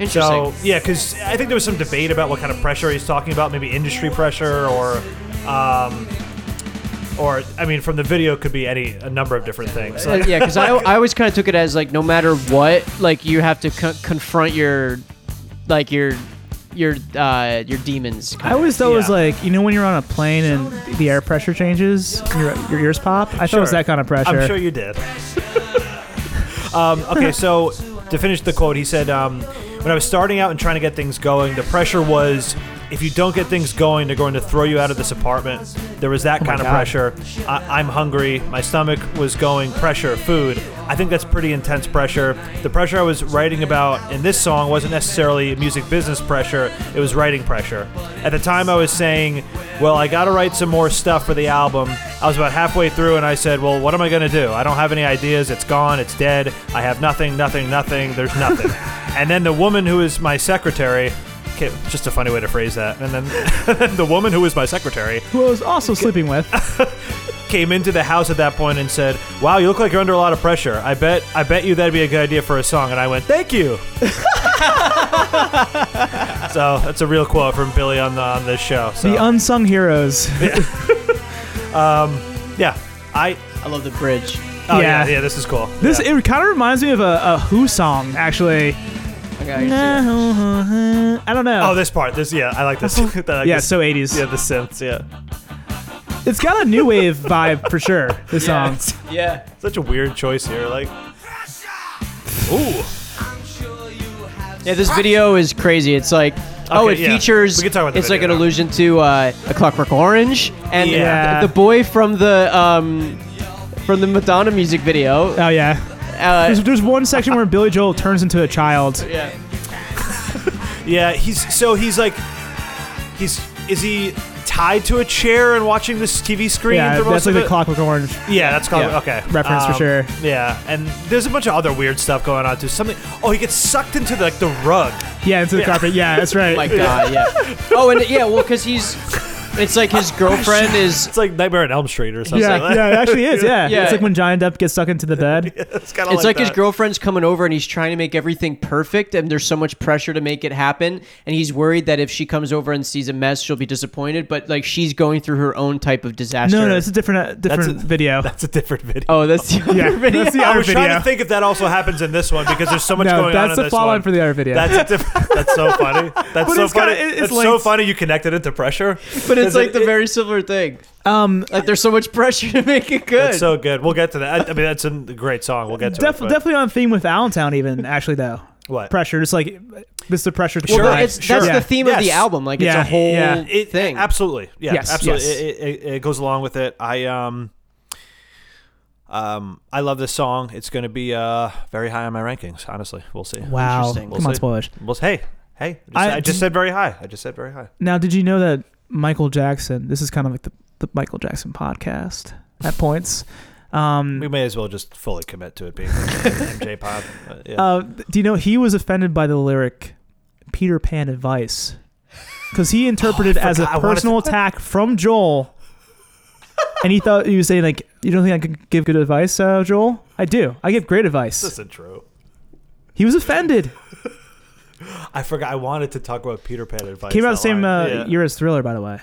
So
Interesting.
yeah, because I think there was some debate about what kind of pressure he's talking about, maybe industry pressure or, um, or I mean, from the video it could be any a number of different things.
Uh, yeah, because I, I always kind of took it as like no matter what, like you have to co- confront your, like your, your uh your demons.
I always thought it was
Yeah.
like you know when you're on a plane and the air pressure changes, your, your ears pop. I thought it was
Sure.
that kind of pressure.
I'm sure you did. um, okay, so to finish the quote, he said, um, "When I was starting out and trying to get things going, the pressure was." If you don't get things going, they're going to throw you out of this apartment. There was that kind of
Oh God.
pressure. I, I'm hungry. My stomach was going. Pressure, food. I think that's pretty intense pressure. The pressure I was writing about in this song wasn't necessarily music business pressure, it was writing pressure. At the time, I was saying, Well, I gotta write some more stuff for the album. I was about halfway through and I said, Well, what am I gonna do? I don't have any ideas. It's gone. It's dead. I have nothing, nothing, nothing. There's nothing. and then the woman who is my secretary. okay, Just a funny way to phrase that. And then the woman who was my secretary
Who I was also sleeping with.
came into the house at that point and said, "Wow, you look like you're under a lot of pressure. I bet, I bet you that'd be a good idea for a song." And I went, "Thank you." so that's a real quote from Billy on the on this show. So
The unsung heroes.
yeah, I
I love the bridge.
oh,
Yeah.
yeah. yeah this is cool.
This
yeah.
it kind of reminds me of a, a Who song actually.
Okay,
uh-huh. I don't know.
oh this part this yeah I like this. I like
uh, yeah,
this.
so 80s.
yeah the synths yeah
It's got a new wave vibe for sure. This song.
yeah.
such a weird choice here like ooh
Yeah, this video is crazy. It's like, oh, it
yeah.
features.
We can talk about the
it's
video
like an
now.
allusion to uh, a Clockwork Orange and
Yeah.
the, the boy from the um, from the Madonna music video.
Oh yeah.
Uh,
There's, there's one section where Billy Joel turns into a child.
yeah.
yeah he's so he's like he's is he tied to a chair and watching this TV screen
Yeah,
for most
that's like
of
the
it?
Clockwork Orange.
Yeah, that's called
Yeah.
okay Um,
Reference for sure.
Yeah, and there's a bunch of other weird stuff going on too. Something. Oh, he gets sucked into the, like the rug.
Yeah, into the carpet. Yeah, that's right.
My God. Yeah. oh, and yeah. Well, because he's. It's like his
Oh,
girlfriend is.
It's like Nightmare on Elm Street or something.
yeah,
like
yeah, it actually is. Yeah.
Yeah.
it's like when Giant Depp gets stuck into the bed.
it's kind of
It's like, his
that.
girlfriend's coming over and he's trying to make everything perfect, and there's so much pressure to make it happen. And he's worried that if she comes over and sees a mess, she'll be disappointed. But like she's going through her own type of disaster.
No, no, it's a different uh, different
That's a-
video.
That's a different video.
oh, that's the other
yeah,
video.
that's the
I
other
was trying
video.
to think if that also happens in this one because there's so much
No,
going on in
that's the
this
plot
one.
line for the other video.
That's a diff- that's so funny. That's
But
so
it's
funny.
kinda- it- it's
that's so
linked.
funny. You connected it to pressure,
But it's like the
It-
very similar thing.
um,
Like there's so much pressure to make it good.
It's so good. We'll get to that. I, I mean, that's a great song. We'll get to
def-
it. but-
definitely on theme with Allentown. Even actually though,
What?
pressure? Just like this is the pressure. to
Sure.
Well,
provide.
it's,
sure.
That's
Yeah.
the theme of the
Yes.
album. Like
Yeah,
it's a whole
yeah.
it,
thing.
Absolutely. Yeah.
Yes,
Absolutely.
yes.
It, it, it- it goes along with it. I um um I love this song. It's going to be uh very high on my rankings. Honestly, we'll see.
wow.
Interesting.
Come on,
see.
spoilers.
We'll s- hey hey. I
I-
just, I just said very high. I just said very high.
Now, did you know that Michael Jackson? This is kind of like the, the Michael Jackson podcast at points. Um,
We may as well just fully commit to it being MJ Pop. Uh, yeah.
Uh, do you know he was offended by the lyric "Peter Pan advice" because he interpreted it as a
forgot. I wanted
personal attack from Joel, and he thought he was saying like, "You don't think I could give good advice, uh, Joel? I do. I give great
this
advice."
isn't true.
He was offended.
I forgot. I wanted to talk about Peter Pan advice.
Came out
that
the same uh,
line. Yeah.
year as Thriller, by the way.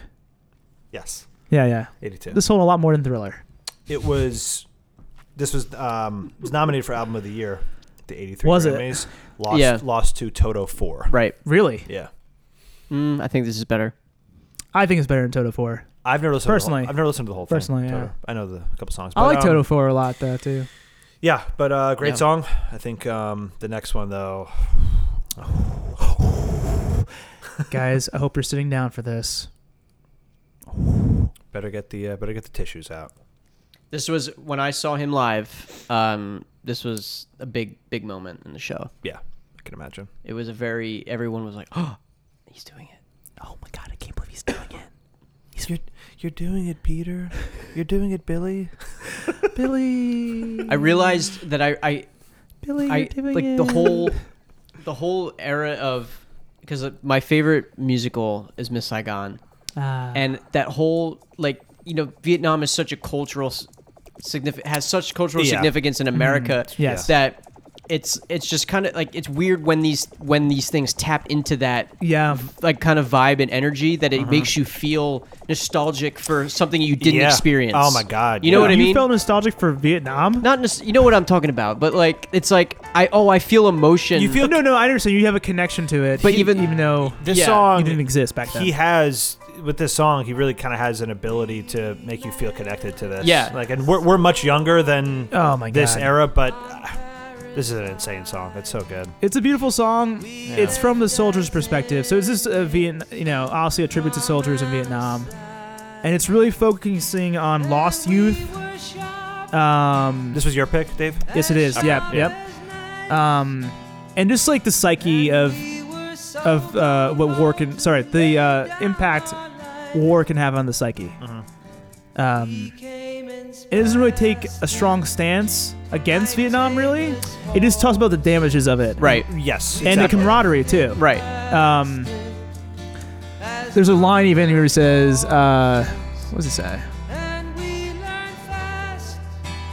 Yes,
Yeah, yeah.
eighty-two.
This sold a lot more than Thriller.
it was. This was um was nominated for album of the year. at The eighty-three
Was it?
Grammys. Lost
Yeah.
lost to Toto Four.
Right.
Really,
Yeah.
Mm, I think this is better.
I think it's better than Toto Four.
I've never listened
Personally.
To the whole, I've never listened to the whole
Personally,
thing.
yeah.
Toto. I know the a couple songs.
I like
um,
Toto Four a lot though too.
Yeah, but uh, great
Yeah.
song. I think um, the next one though.
Guys, I hope you're sitting down for this.
Better get the uh, better get the tissues out.
This was when I saw him live. Um, this was a big, big moment in the show.
Yeah, I can imagine.
It was a very everyone was like, "Oh, he's doing it."
Oh my god, I can't believe he's doing it. It's
You're you're doing it, Peter. You're doing it, Billy.
Billy.
I realized that I, I
Billy,
I
you're doing
like the
it.
whole the whole era of because my favorite musical is Miss Saigon,
Ah.
and that whole like you know Vietnam is such a cultural significant has such cultural
Yeah.
significance in America
Mm-hmm. yes.
that it's it's just kind of like it's weird when these when these things tap into that
yeah.
like kind of vibe and energy that it makes you feel nostalgic for something you didn't
Uh-huh. Yeah.
experience.
Oh my God,
You know
yeah.
what I
you
mean?
felt nostalgic for Vietnam?
Not just you know what I'm talking about, but like it's like I oh I feel emotion.
You feel
no, no, I understand. You have a connection to it,
But
he-
even-
even though
This
Yeah.
song
it didn't exist back then.
He has with this song, he really kind of has an ability to make you feel connected to this.
Yeah.
like, and we're, we're much younger than
oh my god,
this era, but uh, this is an insane song. It's so good.
It's a beautiful song. It's from the soldier's perspective. So it's just a Vietnam, you know, obviously a tribute to soldiers in Vietnam, and it's really focusing on lost youth. Um,
This was your pick, Dave.
yes, it is.
Okay,
Yep,
yeah.
yep. Um, and just like the psyche of of uh, what war can, sorry, the uh, impact war can have on the psyche.
Mm-hmm.
Um, it doesn't really take a strong stance against Vietnam, really. It just talks about the damages of it.
right,
Yes,
And the
exactly.
camaraderie too
right.
um, there's a line even here who says, uh, what does it say?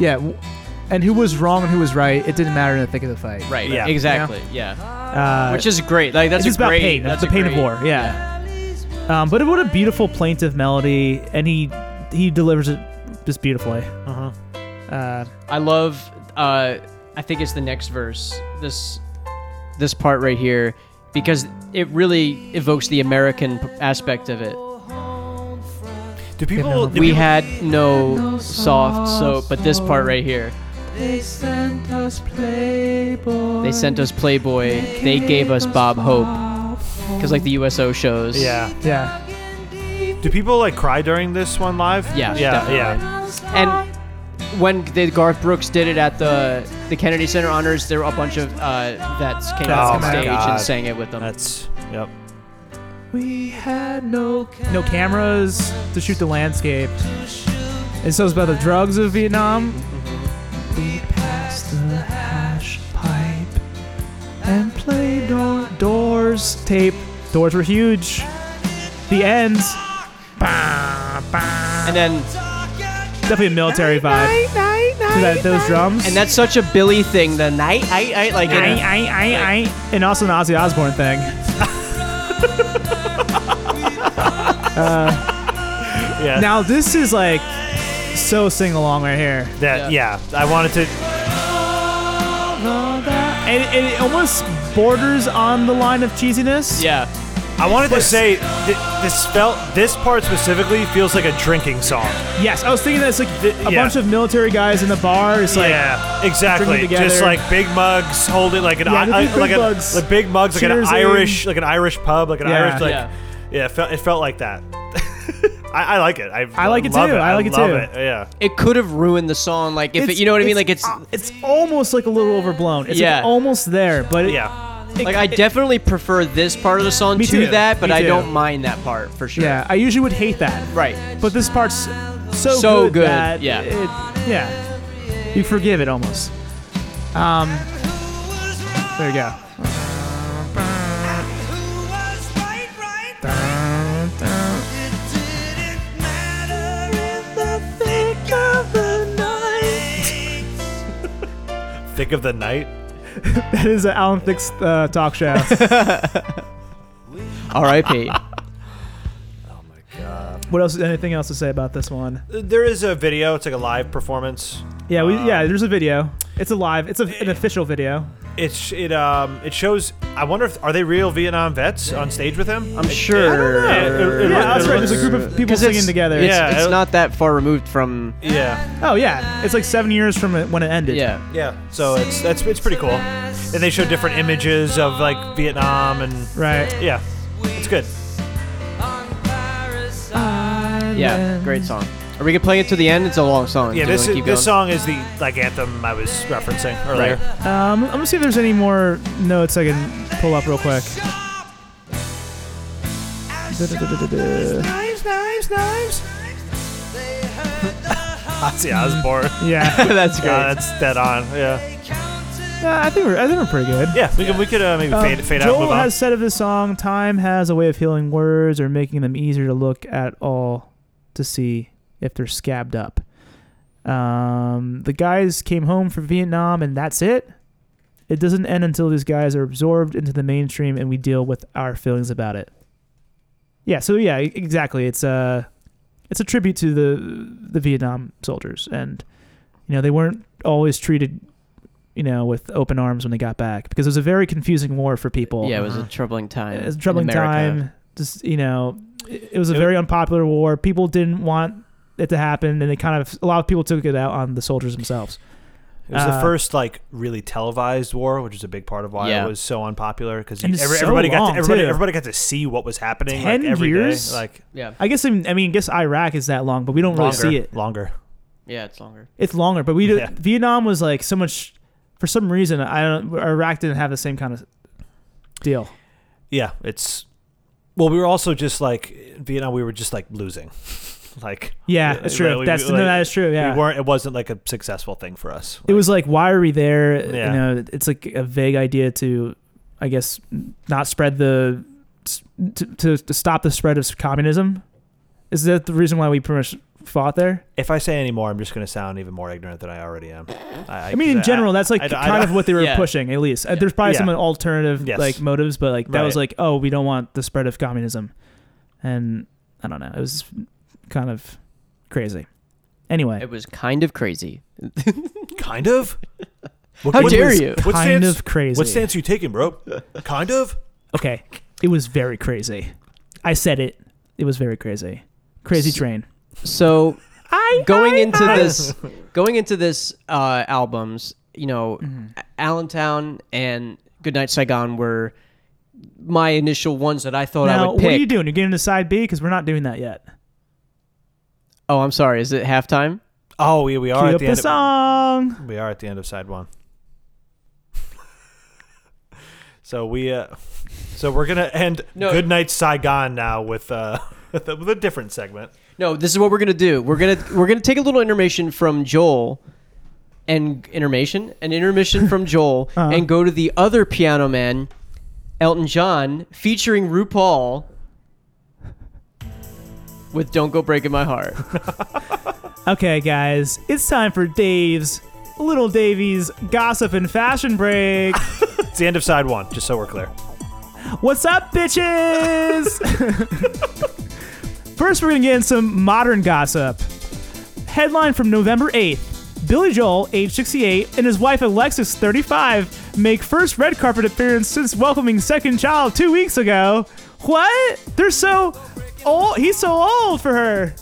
Yeah, w- and who was wrong and who was right, it didn't matter in the thick of the fight.
Right.
Yeah.
Exactly. Yeah.
Uh,
Which is great. Like that's
it's
a
just about
great.
pain. That's
That's
the
a
pain of
great-
war. Yeah. Um, but what a beautiful plaintive melody, and he he delivers it just beautifully.
Uh-huh.
Uh,
I love. Uh, I think it's the next verse. This this part right here because it really evokes the American p- aspect of it.
Do people? do
We
people-
had no soft soap, but this part right here. They sent us Playboy. They gave us Bob Hope. Because like the USO shows.
Yeah.
yeah.
Do people like cry during this one live?
Yeah,
Yeah.
definitely.
Yeah.
And when the Garth Brooks did it at the the Kennedy Center honors, there were a bunch of uh, vets came
Oh
out on
my
stage
God.
and sang it with them.
That's. Yep.
We had no no cameras to shoot the landscape. And so it's about the drugs of Vietnam. We passed the hash pipe and played door doors tape. Doors were huge. The end,
and then
definitely a military vibe. to that, those drums.
and that's such a Billy thing. The night, I, I like.
I,
it-
I, I, I, and also an Ozzy Osbourne thing.
Yeah.
Uh, Now this is like so sing along right here.
that. Yeah. I wanted to.
And, and it almost borders on the line of cheesiness.
yeah,
I wanted to say th- this felt. This part specifically feels like a drinking song.
Yes, I was thinking that's like a
yeah.
bunch of military guys in the bar. It's like
yeah, exactly.
drinking
Just
together.
like big mugs, hold it like an
Yeah,
I-
the
I-
big- big
like,
mugs.
a, like big mugs, like an
Cheersing.
Irish, like an Irish pub, like an
Yeah.
Irish, like
Yeah.
yeah, it, felt, it felt like that. I, I like it. I,
I like it
love
too. I like it
love
too.
It. Yeah,
it could have ruined the song. Like if it,
It's-
you know what I mean.
it's-
Like it's
it's almost like a little overblown. It's
Yeah.
like almost there, but it,
yeah.
it-
like I
it-
definitely prefer this part of the song
Me
to
too.
that, but
Me
I
too.
don't mind that part for sure.
yeah. I usually would hate that,
Right.
but this part's so
So
good,
good,
that
yeah.
it- yeah. You forgive it almost. Um, there you go.
Thick of the night.
That is an Alan Thicke's uh, talk show.
R.I.P.
what else? Anything else to say about this one?
There is a video. It's like a live performance.
Yeah, we, yeah. There's a video. It's a live. It's a, an official video.
It's it um it shows. I wonder if are they real Vietnam vets on stage with him? Um,
I'm sure.
It- it-
yeah,
it
that's right. There's a
looks-
group of people
'Cause
singing
it's-
together.
It's,
Yeah,
it's
it-
not that far removed from.
Yeah,
Oh yeah, it's like seven years from it- when it ended.
Yeah.
yeah. So it's that's it's pretty cool. And they show different images of like Vietnam and
Right.
yeah, it's good.
Yeah, great song. Are we gonna play it to the end? It's a long song.
Yeah,
Do you
this
wanna
is,
keep
this
going?
song is the like anthem I was referencing earlier.
Um, I'm gonna see if there's any more notes I can pull up real quick. Da-da-da-da-da-da.
knives, knives, knives.
Ozzy Osbourne.
Yeah,
That's great.
Yeah, that's dead on. Yeah,
I think we're I think we're pretty good.
yeah. We can we could uh, maybe
Um,
fade fade out.
Joel
Move on.
has said of this song, "Time has a way of healing words or making them easier to look at all to see if they're scabbed up." Um, the guys came home from Vietnam, and that's it. It doesn't end until these guys are absorbed into the mainstream, and we deal with our feelings about it. Yeah. So yeah, e- exactly. It's a it's a tribute to the the Vietnam soldiers, and you know they weren't always treated you know, with open arms when they got back because it was a very confusing war for people.
Yeah, it was a troubling time.
It was a
in
troubling
America.
time. Just you know, it, it was a
It-
very unpopular war. People didn't want it to happen, and they kind of a lot of people took it out on the soldiers themselves.
It was
Uh,
the first like really televised war, which is a big part of why
Yeah.
it was so unpopular because
And it's so
everybody got
long,
to, everybody
too.
everybody got to see what was happening
Ten
like, every day.
years?
Like
Yeah,
I guess I mean, I mean, I guess Iraq is that long, but we don't
longer,
really see it.
longer.
yeah, it's longer.
It's longer, but we do
Yeah.
Vietnam was like so much. For some reason, I don't. Iraq didn't have the same kind of deal.
Yeah, it's well, we were also just like in Vietnam. We were just like losing. like
Yeah,
Yeah,
that's true.
like, we-
that's no,
like,
that is true. Yeah,
we weren't. It wasn't like a successful thing for us.
it was like why are we there
Yeah.
you know it's like a vague idea to i guess not spread the to, to, to stop the spread of communism is that the reason why we pretty much fought there
If I say any more, I'm just going to sound even more ignorant than I already am. I,
i mean in general that's like
I- I-
kind
I-
of what they were
Yeah.
pushing at least Uh
Yeah.
there's probably
Yeah.
some alternative
Yes.
like motives but like that was
Right.
like oh we don't want the spread of communism and i don't know it was kind of crazy anyway
It was kind of crazy.
kind of. What,
How
what-
dare
what-
you?
What
kind
stance?
of crazy
What stance are you taking, bro? Kind of.
Okay. It was very crazy. I said it. It was very crazy. Crazy
S-
train.
So
I
going into this, going into this uh, albums, you know, Allentown and Goodnight Saigon were my initial ones that I thought I
now,
would
what are
pick.
you doing? You're getting to side B because we're not doing that yet.
oh, I'm sorry. Is it halftime?
Oh, yeah, we are
Cue
at
up
the
the,
end. Of,
song.
we are at the end of side one. so we, uh, so we're gonna end
No.
Good Night Saigon now with uh, with, a, with a different segment.
No, this is what we're gonna do. We're gonna we're gonna take a little intermission from Joel, and intermission, an intermission from Joel,
Uh-huh.
and go to the other Piano Man, Elton John, featuring RuPaul, with "Don't Go Breaking My Heart."
Okay, guys, it's time for Dave's Little Davies Gossip and Fashion Break.
It's the end of side one, just so we're clear.
What's up, bitches? First, we're going to get in some modern gossip. Headline from November 8th Billy Joel, age 68, and his wife Alexis, 35, make first red carpet appearance since welcoming second child two weeks ago. What? They're so old. He's so old for her.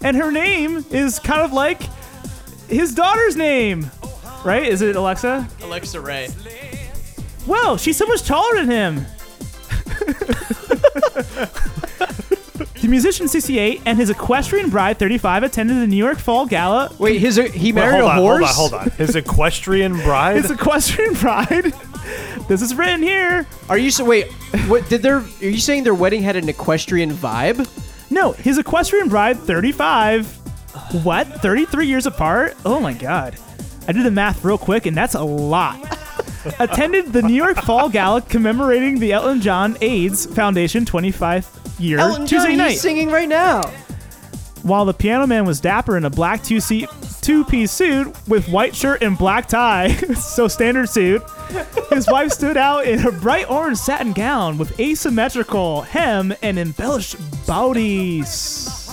And her name is kind of like his daughter's name, right? Is it Alexa?
Alexa Ray.
Whoa, she's so much taller than him. the musician 68 and his equestrian bride 35 attended the New York Fall Gala.
Wait, his uh, he
Wait,
married
hold
a
on,
horse.
hold on, hold on. His equestrian bride.
His e- equestrian bride. this is written here.
Are you so wait? What did their? Are you saying their wedding had an equestrian vibe?
No, his equestrian bride 35. What? 33 years apart? Oh my god. I did the math real quick and that's a lot. Attended the New York Fall Gala commemorating the Elton John AIDS Foundation 25 year
Elton
Tuesday
John,
night.
he's singing right now.
While the piano man was dapper in a black two seat two piece suit with white shirt and black tie, so standard suit, his wife stood out in a bright orange satin gown with asymmetrical hem and embellished bodies.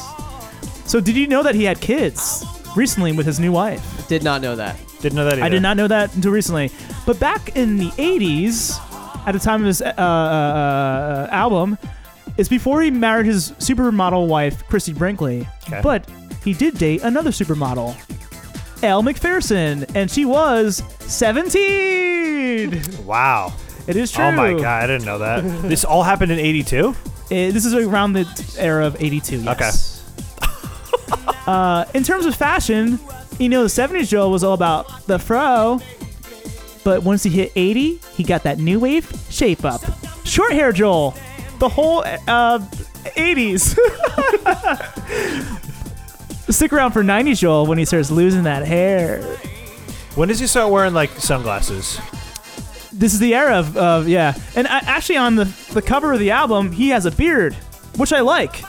So did you know that he had kids recently with his new wife?
Did not know that.
Didn't know that. Either.
I did not know that until recently. But back in the 80s, at the time of his uh, uh, uh, album, it's before he married his supermodel wife, Christy Brinkley.
Okay.
But he did date another supermodel, Elle McPherson, and she was 17.
Wow.
It is true.
Oh my god, I didn't know that. this all happened in '82.
Uh, this is around the t- era of 82. Yes. uh, in terms of fashion, you know, the 70s Joel was all about the fro. But once he hit 80, he got that new wave shape up. Short hair Joel. The whole uh, 80s. Stick around for 90s Joel when he starts losing that hair.
When does he start wearing like sunglasses?
This is the era of, of yeah. And I, actually, on the, the cover of the album, he has a beard, which I like.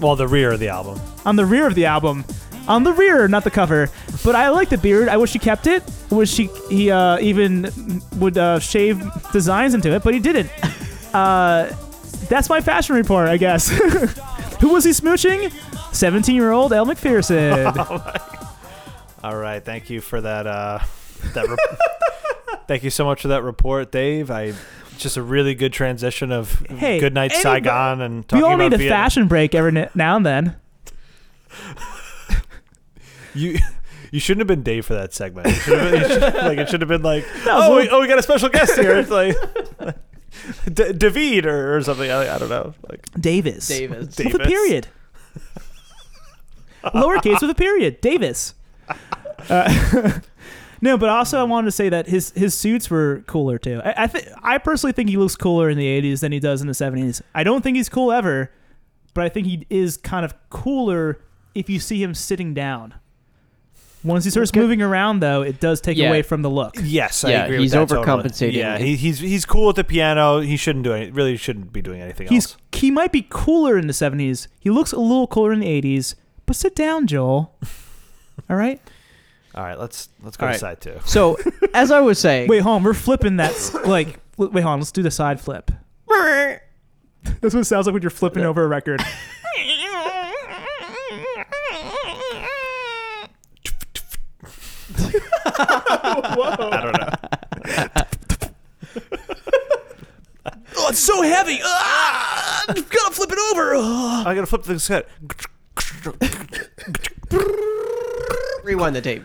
Well, the rear of the album.
on the rear of the album. On the rear, not the cover. But I like the beard. I wish he kept it. I wish he, he uh, even would uh, shave designs into it, but he didn't. Uh, that's my fashion report, I guess. Who was he smooching? 17 year old Elle McPherson.
All right, thank you for that. Uh, that. Re- thank you so much for that report, Dave. I just a really good transition of
Hey,
good night
anybody-
Saigon and
we
talking
all
about
need a
Vietnam.
fashion break every n- now and then.
You. You shouldn't have been Dave for that segment. You should have been, you should- like it should have been like,
was
oh,
one-
we, oh, we got a special guest here. It's like D- David or, or something. I, I don't know. Like
Davis.
Davis.
With a
Davis.
period. Lowercase with a period. Davis. Uh, no, but also I wanted to say that his his suits were cooler too. I I, th- I personally think he looks cooler in the '80s than he does in the '70s. I don't think he's cool ever, but I think he is kind of cooler if you see him sitting down. Once he starts moving around, though, it does take
Yeah.
away from the look.
Yes, I
Yeah,
agree. with
he's
that totally.
overcompensating.
Yeah, he, he's he's cool at the piano. He shouldn't do any, really shouldn't be doing anything
He's
else.
he might be cooler in the '70s. He looks a little cooler in the '80s, but sit down, Joel. All right.
All right, let's let's go
All
to
right.
side two.
So, as I was saying,
Wait, hold on. We're flipping that. s- like, l- wait, hold on. Let's do the side flip. That's what it sounds like when you're flipping over a record.
I don't know.
oh, it's so heavy.
Ah, I'm gonna flip it over. I'm gonna flip the cassette.
rewind the tape.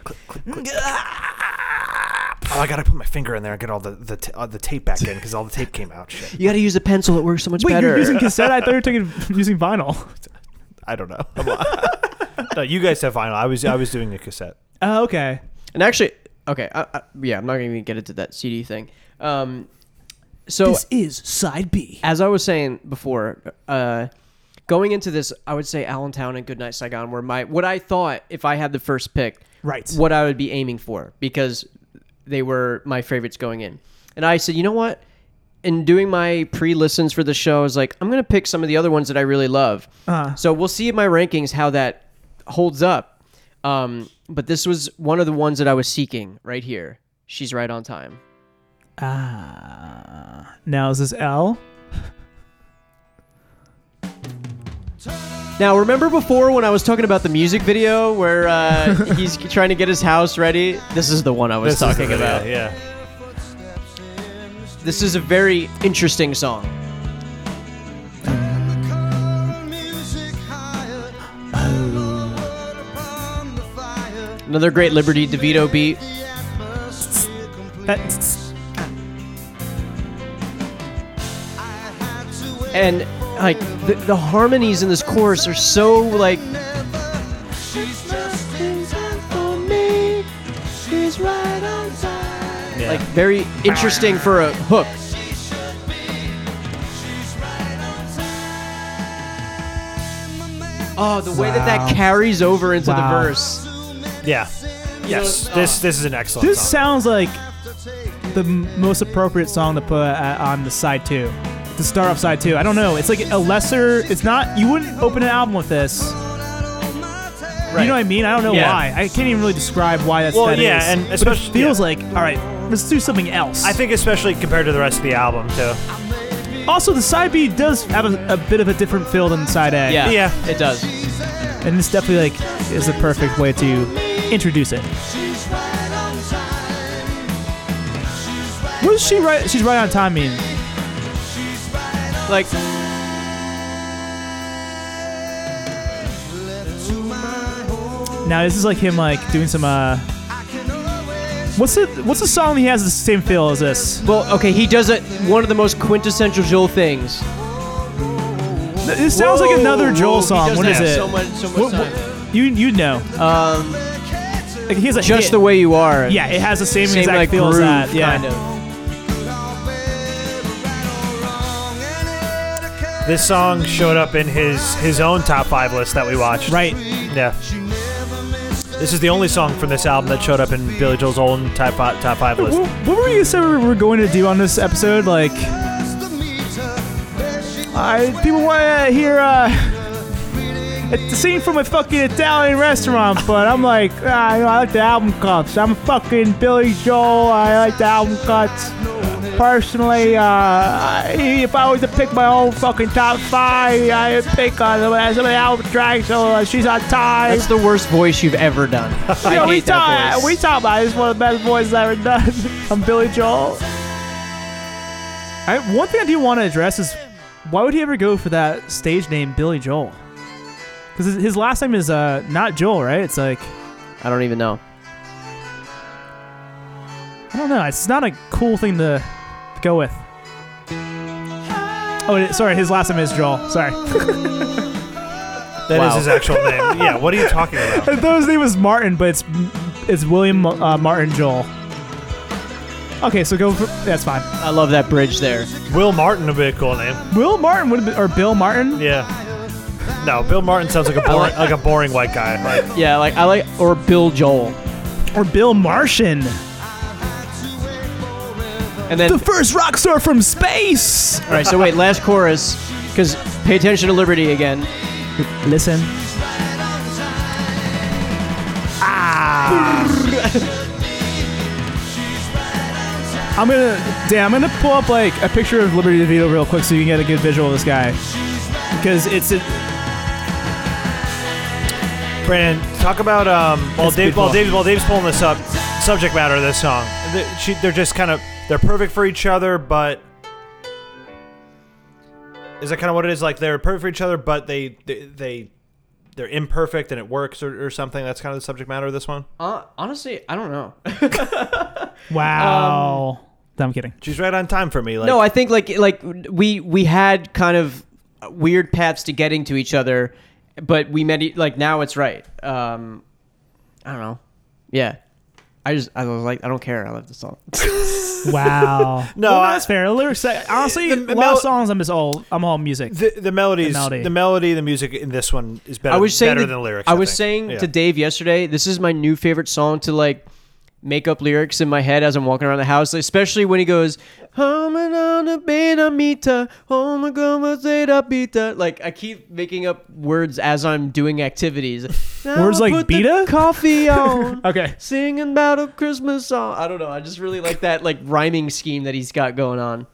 Oh, I gotta put my finger in there and get all the the, t- uh, the tape back in because all the tape came out. Shit.
You got to use a pencil; it works so much
Wait,
better.
you're using cassette? I thought you were taking using vinyl.
I don't know. I'm li- no, you guys have vinyl. I was I was doing a cassette.
Oh, okay.
and actually, okay, I, I, yeah, I'm not going to even get into that CD thing. Um, so
is side B.
as I was saying before, uh, going into this, I would say Allentown and Goodnight Saigon were my what I thought if I had the first pick,
Right.
what I would be aiming for because they were my favorites going in. And I said, you know what? In doing my pre-listens for the show, I was like, I'm gonna pick some of the other ones that I really love.
Uh-huh.
So we'll see in my rankings how that holds up. Um, but this was one of the ones that I was seeking right here. She's right on time.
Ah. now is this L?
Now, remember before when I was talking about the music video where uh, he's trying to get his house ready? This is the one I was
This is
talking
the-
about.
Yeah,
This is a very interesting song. Another great Liberty DeVito beat.
That's
And like the, the harmonies in this chorus are so like
yeah.
like very interesting for a hook. Oh, the way that that carries over into
Wow.
the verse.
yeah. Yes, this this is an excellent
this
song.
sounds like the m- most appropriate song to put uh, on the side two, to start off side two. I don't know. It's like a lesser. It's not. You wouldn't open an album with this.
Right.
You know what I mean? I don't know
Yeah.
why. I can't even really describe why that's
Well,
that
yeah,
is.
and
But
especially-
it feels
yeah.
like all right. Let's do something else.
I think especially compared to the rest of the album too.
also the side B does have a, a bit of a different feel than side A.
Yeah,
Yeah.
it does.
and this definitely like is the perfect way to introduce it. What does she right? She's right on time. Mean
Like,
now this is like him like doing some uh. What's the What's the song he has the same feel as this?
well, okay, he does it. One of the most quintessential Joel things.
This sounds like another Joel
He
song.
does
What
that
is it?
So much, so much
What-
time.
what- you you know.
Um,
Like, he has a
just
hit.
the way you are.
Yeah, it has the same,
same
exact
like
feel
groove,
as that. Yeah.
kind of.
This song showed up in his his own top five list that we watched.
Right.
Yeah. This is the only song from this album that showed up in Billy Joel's own top fi- top five list.
What, what were you said we were going to do on this episode? Like, I people want to hear uh, a scene from a fucking Italian restaurant, but I'm like, ah, you know, I like the album cuts. I'm fucking Billy Joel. I like the album cuts. Personally, uh, I- if I was to pick my own fucking top five, I'd pick uh, some of the album tracks. So uh, she's on time.
That's the worst voice you've ever done. I
Yeah, we
hate that
talk.
voice.
We talk about it. it's one of the best voices I've ever done. I'm Billy Joel.
I, one thing I do want to address is why would he ever go for that stage name Billy Joel? Because his last name is uh, not Joel, right? It's like
I don't even know.
I don't know. It's not a cool thing to, to go with. Oh, it- sorry. His last name is Joel. Sorry.
That is his actual name. Yeah. What are you talking about?
I thought his name was Martin, but it's it's William uh, Martin Joel. Okay, so go. For, that's fine.
I love that bridge there.
Will Martin would be a cool name.
Will Martin would have been, or Bill Martin.
Yeah. No, Bill Martin sounds like a boring, like a boring white guy. Like,
Yeah, like I like or Bill Joel.
or Bill Martian.
And then
The first rock star from space.
all right, so wait, last chorus cuz pay attention to Liberty again.
Listen. Ah. I'm gonna, damn, I'm gonna pull up like a picture of Liberty DeVito real quick so you can get a good visual of this guy, because it's a,
Brandon, talk about um, while,
It's
Dave, while
beautiful.
Dave's while Dave's pulling this up, subject matter of this song. They- she- They're just kind of they're perfect for each other, but is that kind of what it is? Like they're perfect for each other, but they they, they they're imperfect and it works or, or something. That's kind of the subject matter of this one.
Uh, honestly, I don't know.
wow. no, I'm kidding.
She's right on time for me. Like,
no, I think like like we we had kind of weird paths to getting to each other, but we met e- like now it's right. Um, I don't know. Yeah, I just I was like I don't care. I love the song.
Wow.
No,
Well,
I-
that's fair. The lyrics, I- honestly,
The- the
a lot
mel-
of songs. I'm just all, I'm all music.
the the melodies, the
The
melody,
melody.
the, music in this one is better.
I was saying
better
that-
than lyrics.
I, was
think.
saying
Yeah.
to Dave yesterday, this is my new favorite song to like make up lyrics in my head as I'm walking around the house, especially when he goes "Home and on the bed, I meet her. Home and go with it, I beat her." Like I keep making up words as I'm doing activities. Now
Words
I
like
put the
beta?
coffee on.
Okay.
Singing about a Christmas song. I don't know. I just really like that like rhyming scheme that he's got going on.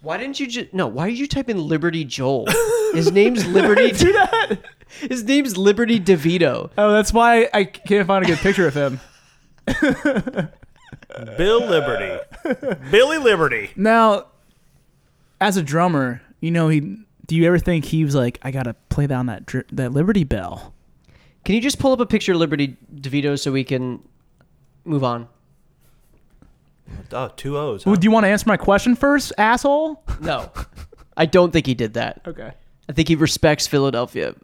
Why didn't you just no? Why did you type in Liberty Joel? His name's Liberty. Do that. His name's Liberty DeVito.
Oh, that's why I can't find a good picture of him.
Bill Liberty, Billy Liberty.
Now, as a drummer, you know he. Do you ever think he was like, I gotta play down that dri- that Liberty Bell?
Can you just pull up a picture of Liberty DeVito so we can move on?
Oh, two O's. huh?
Well, do you want to answer my question first, asshole?
No, I don't think he did that.
Okay.
I think he respects Philadelphia.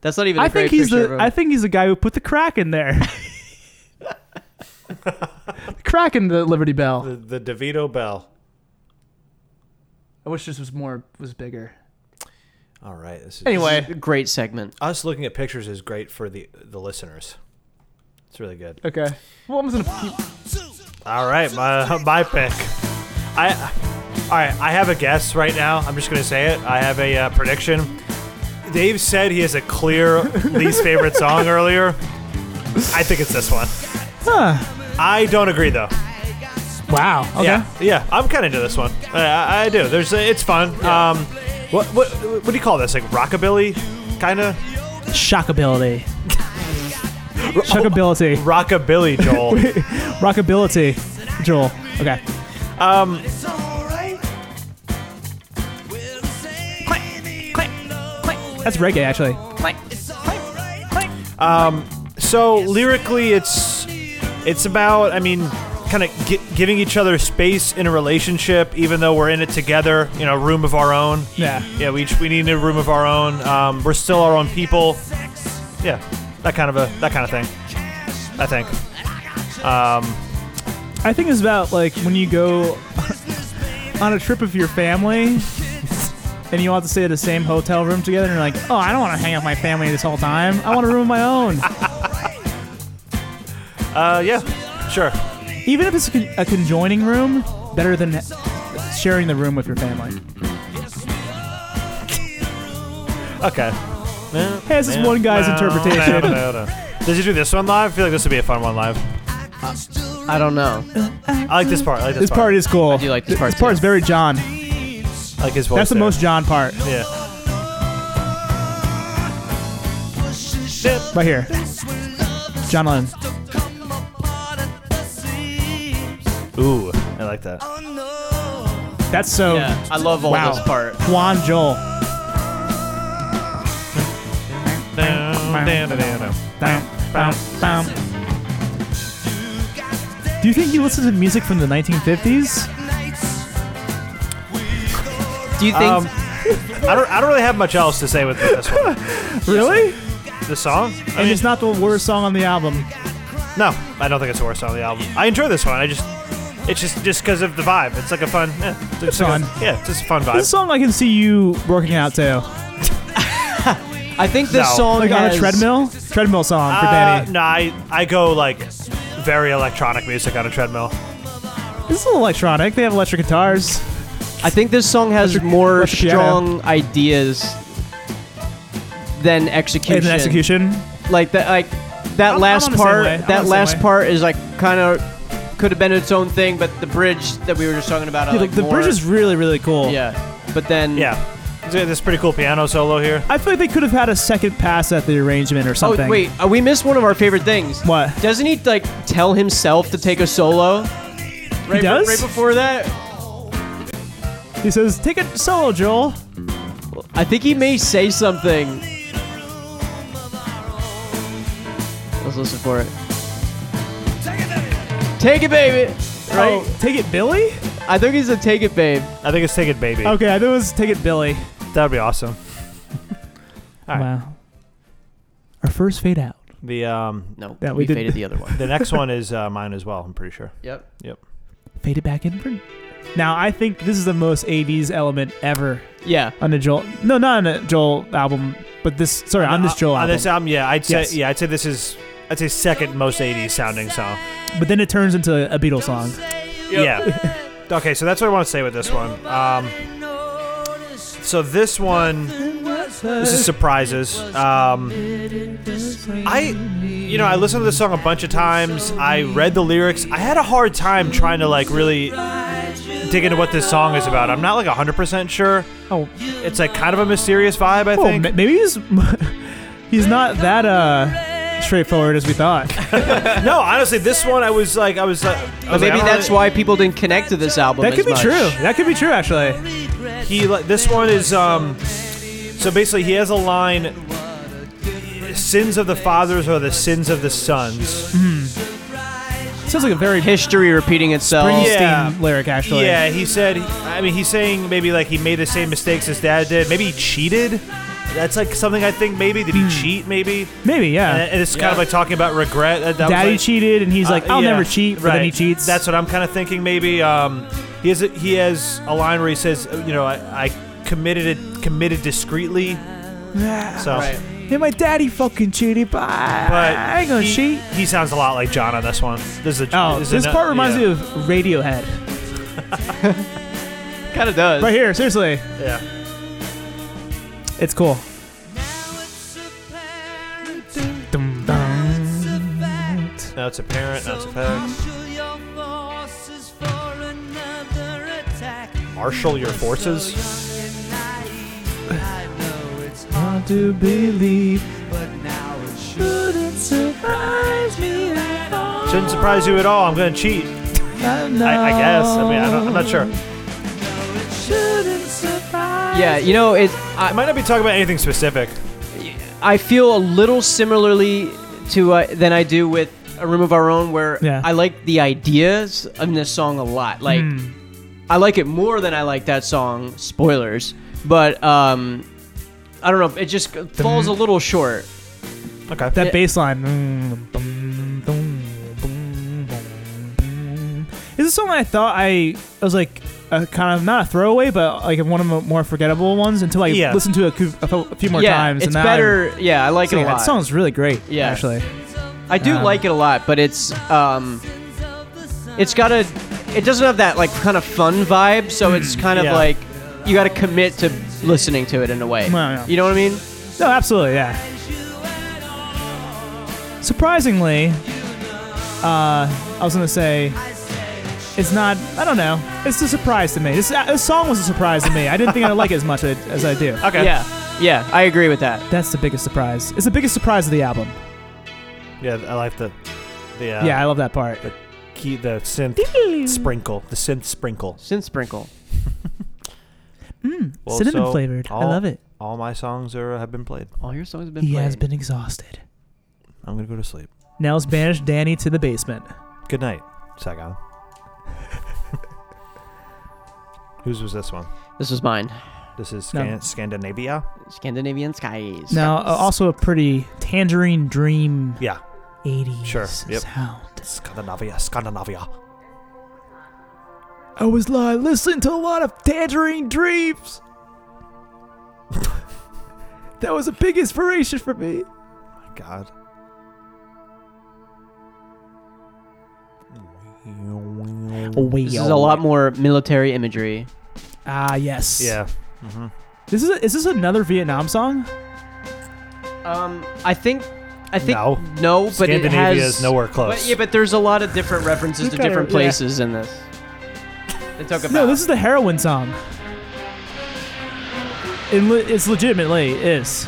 That's not even. I
I think he's the. I think he's the guy who put the crack in there. crack in the Liberty Bell.
the, the DeVito Bell.
I wish this was more was bigger.
All right. This is,
Anyway,
great segment.
us looking at pictures is great for the the listeners. It's really good.
okay. Well, I'm just gonna keep.
All right, my my pick. I all right. I have a guess right now. I'm just gonna say it. I have a uh, prediction. Dave said he has a clear least favorite song earlier. I think it's this one.
Huh.
I don't agree though.
Wow. Okay.
Yeah, yeah. I'm kind of into this one. I, I, I do. There's uh, it's fun. Um, what what what do you call this? Like rockabilly, kind of
Shockability. Shockability.
rockabilly, Joel.
Rockability. Joel. Okay. That's reggae, actually.
So lyrically, it's it's about I mean, kind of gi- giving each other space in a relationship, even though we're in it together. You know, room of our own.
Yeah.
Yeah, we each, we need a room of our own. Um, we're still our own people. Yeah, that kind of a that kind of thing. I think. Um,
I think it's about like when you go on a trip with your family and you all have to stay at the same hotel room together, and you're like, oh, I don't want to hang out with my family this whole time. I want a room of my own.
Uh, yeah, sure.
Even if it's a, con- a conjoining room, better than sharing the room with your family.
Okay.
Hey, this is one guy's interpretation.
Did you do this one live? I feel like this would be a fun one live.
I don't know.
I like this part. I like this,
This part is cool. I
do like this part,
This part
too.
is very John.
I like his voice.
That's the
there.
most John part
Yeah.
right here. John Lennon.
Ooh, I like that.
That's so.
Yeah, I love all
Wow.
this part.
Juan Joel. Do you think he listened to music from the 1950s?
Do you think?
Um, I don't. I don't really have much else to say with this one.
Really?
The song? I
And
mean,
it's not the worst song on the album.
no, I don't think it's the worst song on the album. I enjoy this one. I just, it's just just because of the vibe. It's like a fun. Yeah, it's just like a-
fun.
yeah, it's just a fun
This
vibe.
song I can see you working out to.
I think this
no.
song
Like on a
has-
treadmill? Treadmill song for
Uh,
Danny.
no, I I go like very electronic music on a treadmill.
This is a little electronic. They have electric guitars.
I think this song has
Electric-
more
electric piano.
strong ideas than
And
execution.
an execution.
Uh, Like that, like that
I'm-
last
I'm on the same
part.
way. I'm on
That
the same
last
way.
part is like kind of could have been its own thing, but the bridge that we were just talking about. I
Dude,
like
the, the bridge
more.
is really, really cool.
Yeah, but then
Yeah, There's this pretty cool piano solo here.
I feel like they could have had a second pass at the arrangement or
Oh
something.
wait, uh, we missed one of our favorite things.
What?
Doesn't he like tell himself to take a solo? Right, be-
does?
Right before that,
He says, take it solo, Joel.
I think he may say something. Let's listen for it. Take it, baby. Right?
Oh, take it, Billy?
I think he's a take it, babe.
I think it's Take It Baby.
Okay, I thought it was take it, Billy.
That'd be awesome. All right.
Wow. Our first fade out.
The um
No,
That we
we,
did-
faded the other one.
the next one is uh, mine as well. I'm pretty sure.
Yep.
Fade it back in. for- Now, I think this is the most 80s element ever
Yeah.
on a Joel. No, not on a Joel album, but this. Sorry, on this
Uh,
Joel
on
album.
this album, yeah, I'd say
Yes.
yeah, I'd say this is I'd say second most 80s sounding song.
But then it turns into a Beatles song.
Yeah. okay, so that's what I want to say with this one. Um, so this one, this is surprises. Um, I, you know, I listened to this song a bunch of times. I read the lyrics. I had a hard time trying to like really dig into what this song is about. I'm not like 100% sure.
Oh,
It's like kind of a mysterious vibe, I
oh
think.
ma- maybe he's he's not that uh straightforward as we thought.
no, honestly, this one I was like, I was like, I
But
was like, I
maybe
don't
that's
really-
why people didn't connect to this album.
that
as
could be
much.
true. That could be true, actually.
he like this one is um so basically he has a line sins of the fathers are the sins of the sons
Sounds like a very
History repeating itself.
Springsteen
Yeah.
lyric, actually.
yeah he said i mean he's saying maybe like he made the same mistakes his dad did maybe he cheated that's like something i think maybe did he cheat maybe
Maybe, Hmm. yeah.
and it's kind of like talking about regret that, that was
Daddy
like-
cheated, and he's
Uh,
like, "I'll
yeah,
never cheat," but then he cheats.
That's what I'm kind of thinking. Maybe um, he has a, he has a line where he says, uh, you know, I, I committed it committed discreetly. So,
Right.
hey, my daddy fucking cheated, but,
but
I ain't gonna
he,
cheat.
He sounds a lot like John on this one. This is a,
Oh,
is
this
a-
part reminds
yeah,
me of Radiohead.
Kind of does.
Right here, seriously,
Yeah.
it's cool. Dum, dum.
Now it's a parent. Now it's a parent. Marshal your forces.
Hard to believe.
Shouldn't surprise you at all. I'm gonna cheat. I, I guess. I mean, I don't, I'm not sure.
Yeah, you know, it. I,
I might not be talking about anything specific.
I feel a little similarly to uh, than I do with a room of our own, where
Yeah.
I like the ideas of this song a lot. Like,
Hmm.
I like it more than I like that song. Spoilers, but um, I don't know. It just falls a little short.
Okay.
That
Yeah.
bass line. Mm, dum, dum, dum, dum, dum. Is this something I thought I, I was like, a kind of not a throwaway, but like one of the more forgettable ones until I
Yeah.
listened to it a cou- a fo- a few more
yeah,
times.
it's
and now
better. yeah, I
I,
like it a lot.
That sounds really great.
Yeah.
actually.
I do
Um,
like it a lot, but it's um, it's got a, it doesn't have that like kind of fun vibe. So
Mm.
it's kind of
yeah.
like you got to commit to listening to it in a way.
Well, yeah.
You know what I mean?
No, absolutely, yeah. Surprisingly, uh, I was gonna say it's not. I don't know. It's a surprise to me. This, uh, this song was a surprise to me. I didn't think I'd like it as much as, as I do.
Okay.
Yeah, yeah, I agree with that.
That's the biggest surprise. It's the biggest surprise of the album.
Yeah, I like the the uh,
yeah, I love that part.
key, the synth sprinkle, the synth sprinkle.
Sin sprinkle.
Mm,
Well,
cinnamon
so
flavored. I
all-
love it.
All my songs are uh, have been played.
All your songs have been.
He has
played.
been exhausted.
I'm gonna go to sleep.
Nels banished Danny to the basement.
Good night, Saigon. Whose was this one?
This was mine.
This is
No.
Scan- Scandinavia.
Scandinavian skies.
Now, uh, also a pretty tangerine dream
Yeah,
80s
Sure, yep.
sound.
Scandinavia, Scandinavia.
I was like listening to a lot of Tangerine Dreams. that was a big inspiration for me.
My God.
This is a lot more military imagery.
Ah, yes.
Yeah. Mm-hmm.
This is a, is this another Vietnam song?
Um, I think, I think
No.
no but it
Scandinavia
has
is nowhere close.
But, yeah, but there's a lot of different references
You
to
gotta-
different
yeah.
places in this. They talk about.
No, this is the heroin song. It le- it's legitimately is.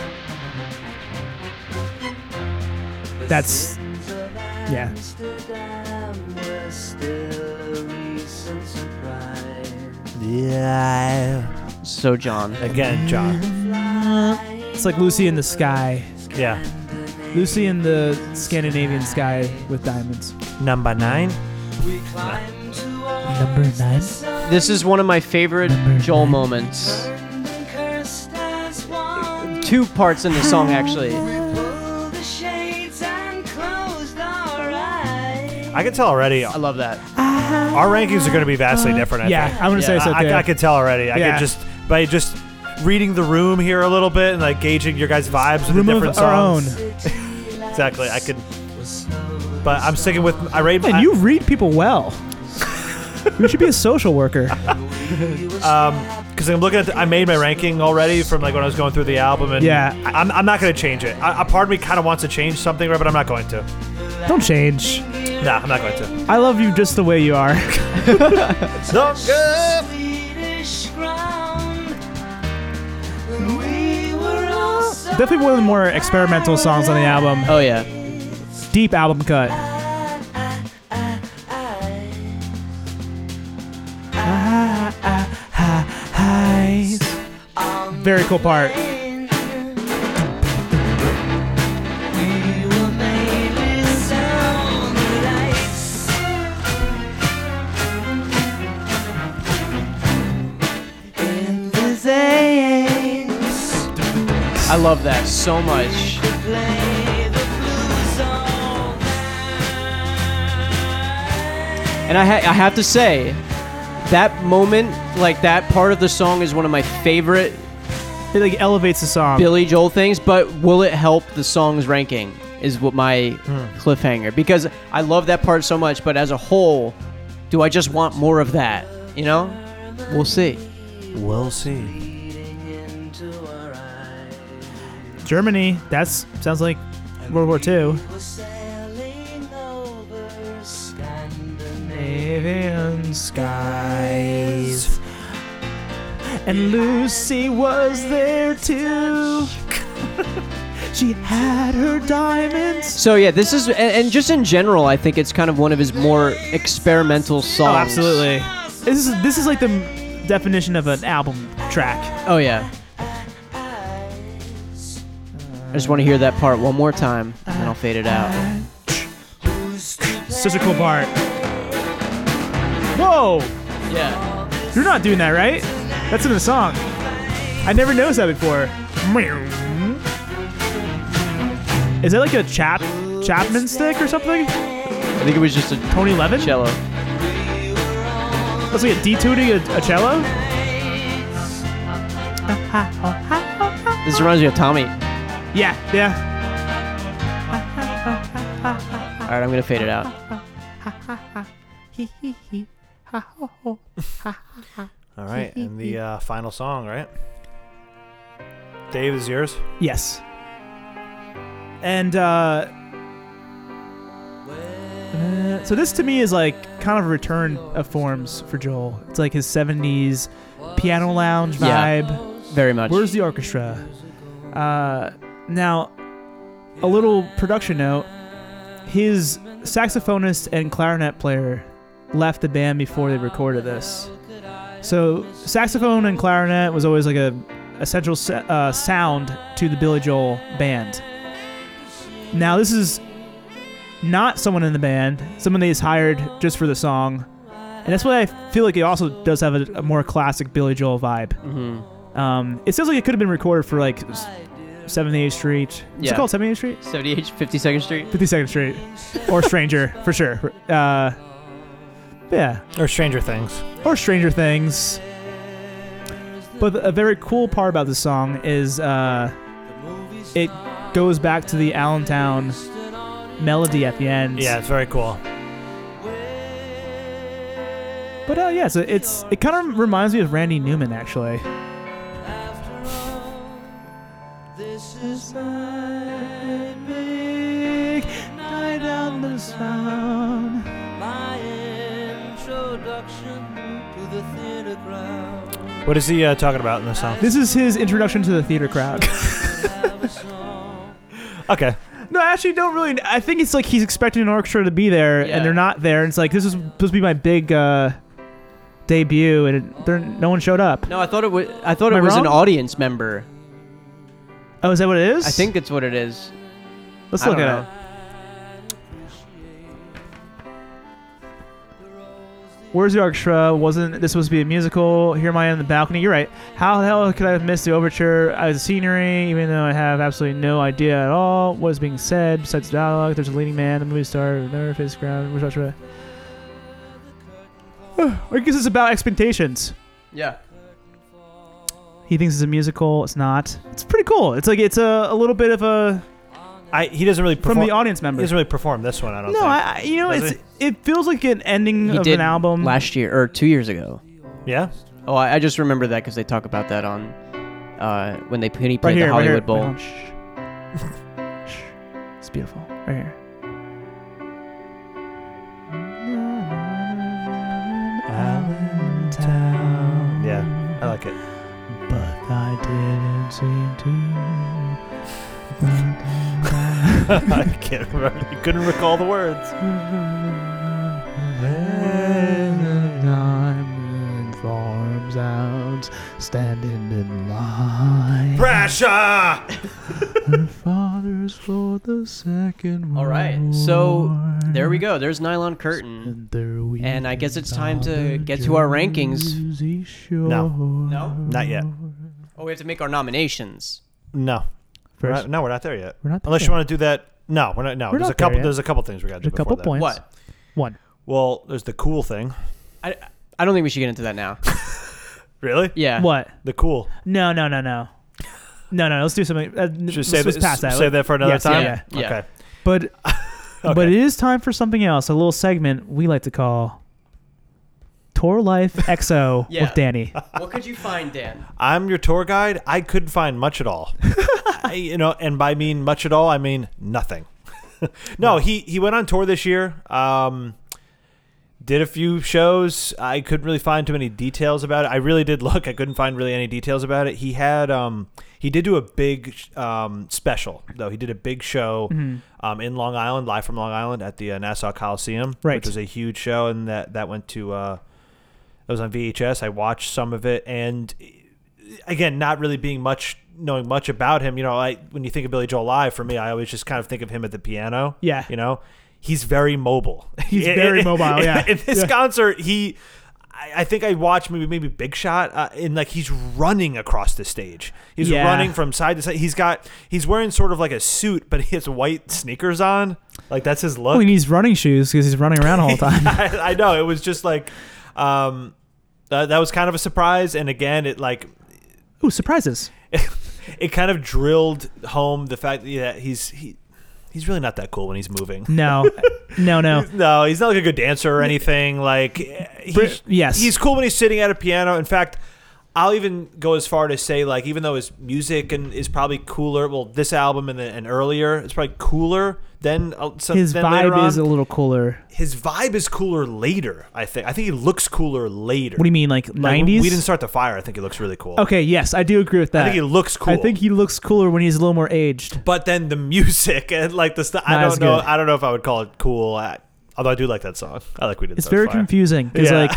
That's yeah.
yeah.
so John.
Again, John.
It's like Lucy in the sky,
Yeah.
Lucy in the Scandinavian sky with diamonds.
Number nine.
Number nine.
This is one of my favorite Joel moments. Two parts in the song actually.
I can tell already.
I love that.
Our rankings are going to be vastly different. I
Yeah,
think.
I'm gonna
Yeah,
say so
I,
too.
I, I could tell already. I
Yeah.
could just by just reading the room here a little bit and like gauging your guys' vibes with
Room
the
of
different
our
songs.
own.
Exactly. I could. But I'm sticking with. I rate.
And
I-
you read people well. you should be a social worker.
because Um, I'm looking at. The, I made my ranking already from like when I was going through the album, and
Yeah.
I, I'm, I'm not going to change it. I, a part of me kind of wants to change something, right? But I'm not going to.
Don't change.
Nah, I'm not going to.
I love you just the way you are.
So good.
Definitely one of the more experimental songs on the album.
Oh yeah.
Deep album cut. Very cool part.
I love that so much. And I, ha- I have to say, that moment, like that part of the song, is one of my favorite
It like elevates the song.
Billy Joel things, but will it help the song's ranking? Is what my
Hmm.
cliffhanger because I love that part so much, but as a whole, do I just want more of that? You know, we'll see.
We'll see.
Germany. That's sounds like World War II. Scandinavian skies. And Lucy was there too. she had her diamonds.
So yeah, this is and, and just in general, I think it's kind of one of his more experimental songs.
Oh, absolutely. This is this is like the definition of an album track.
Oh yeah. I just want to hear that part one more time, and then I'll fade it out.
Such a cool part. Whoa!
Yeah.
You're not doing that, right? That's in the song. I never noticed that before. Is that like a Chap Chapman stick or something?
I think it was just a
Tony Levin?
cello.
Let's get detuning a, a cello.
This reminds me of Tommy. All
Yeah, yeah.
right, I'm gonna fade it out.
All right, and the uh, final song, right? Dave is yours.
Yes. And uh, uh, so this to me is like kind of a return of forms for Joel. It's like his 70s piano lounge
Yeah.
vibe.
Very much.
Where's the orchestra? Uh, now, a little production note. His saxophonist and clarinet player left the band before they recorded this. So, saxophone and clarinet was always like a essential s- uh, sound to the Billy Joel band. Now, this is not someone in the band, someone they just hired just for the song. And that's why I feel like it also does have a, a more classic Billy Joel vibe.
hmm
Um, it sounds like it could have been recorded for like s- 78th Street. What's
Yeah.
it called 78th Street?
78, 52nd Street.
52nd Street. Or Stranger, for sure. Uh, yeah.
Or Stranger Things.
Or Stranger Things. But a very cool part about this song is uh, it goes back to the Allentown melody at the end.
Yeah, it's very cool.
But uh, yeah, so it's it kind of reminds me of Randy Newman actually.
What is he uh, talking about in this song?
This is his introduction to the theater crowd.
Okay.
No, I actually don't really. I think it's like he's expecting an orchestra to be there,
Yeah.
and they're not there. And it's like this is supposed to be my big uh, debut, and it, there no one showed up.
No, I thought it was. I thought
Am
it
I
was an
wrong?
audience member.
Oh, is that what it is?
I think that's what it is.
Let's
I
look
don't
at
know.
it. Where's the orchestra? Wasn't this supposed to be a musical? Here am I on the balcony. You're right. How the hell could I have missed the overture? I was the scenery, even though I have absolutely no idea at all what is being said besides the dialogue. There's a leading man, a movie star, another face ground. Where's the orchestra? I guess it's about expectations.
Yeah.
He thinks it's a musical. It's not. It's pretty cool. It's like it's a, a little bit of a
I he doesn't really
from
perform.
the audience
he
members.
doesn't really perform this one. I don't
No,
think.
I, I- you know,
Does
it's it feels like an ending
He
of
did
an album.
last year or two years ago.
yeah.
Oh, I, I just remember that because they talk about that on uh, when they when he
right
played
here,
the
right
Hollywood
here.
Bowl.
Wait, hold on. Shh. Shh. It's beautiful. Right here. Allentown.
Yeah. I like it.
But I didn't seem to.
I can't remember. You couldn't recall the words.
When I'm in farms out, standing in line.
Pressure.
Fathers for the second
All right, so there we go. There's Nylon Curtain.
go.
And I guess it's time to get to our rankings.
No.
No?
Not yet.
Oh, we have to make our nominations.
No. We're
First-
not, no, we're not there yet.
We're not there
Unless
yet.
you want to do that. No, we're not. No,
We're
there's
not
a couple.
there yet.
There's a couple things we got to do.
There's a couple
before that.
points.
What?
One.
Well, there's the cool thing.
I, I don't think we should get into that now.
Really?
Yeah.
What?
The cool.
No, no, no, no. No, no, let's do something. Uh, n-
Should
let's
save
let's
that,
pass that.
Save that for another
Yes,
time.
yeah,
yeah.
Okay.
But, but it is time for something else, a little segment we like to call Tour Life XO
Yeah.
with Danny.
Uh-huh.
What could you find, Dan?
I'm your tour guide. I couldn't find much at all. I, you know, and by mean much at all, I mean nothing. no, he he went on tour this year. Um, did a few shows. I couldn't really find too many details about it. I really did look. I couldn't find really any details about it. He had um he did do a big um special though. He did a big show um in Long Island, live from Long Island at the uh, Nassau Coliseum,
Right.
which was a huge show, and that that went to uh it was on VHS. I watched some of it, and again, not really being much knowing much about him. You know, I when you think of Billy Joel live, for me, I always just kind of think of him at the piano.
Yeah.
you know, he's very mobile.
He's very mobile, yeah.
in this
Yeah.
concert, he. I I think I watched maybe maybe Big Shot, uh, and like he's running across the stage. He's
Yeah.
running from side to side. He's got he's wearing sort of like a suit, but he has white sneakers on. Like that's his look.
Oh, he needs running shoes because he's running around all the time.
I, I know it was just like um Uh, that was kind of a surprise, and again, it like
Ooh, surprises.
it kind of drilled home the fact that yeah, he's he, he's really not that cool when he's moving.
No, no, no.
No, he's not like a good dancer or anything. Like, he's,
Br- yes.
he's cool when he's sitting at a piano. In fact, I'll even go as far to say like, even though his music and is probably cooler. Well, this album and, the, and earlier, it's probably cooler than uh, some,
His
than later
vibe is
on.
a little cooler.
his vibe is cooler later. I think. I think he looks cooler later.
What do you mean, like
Like, when
nineties?
We didn't start the fire. I think he looks really cool.
Okay, yes, I do agree with that.
I think he looks cool.
I think he looks cooler when he's a little more aged.
but then the music and like the stuff.
Not
I
as
don't know.
good.
I don't know if I would call it cool. I, although I do like that song. I like we did.
It's very
fire.
confusing because
Yeah.
like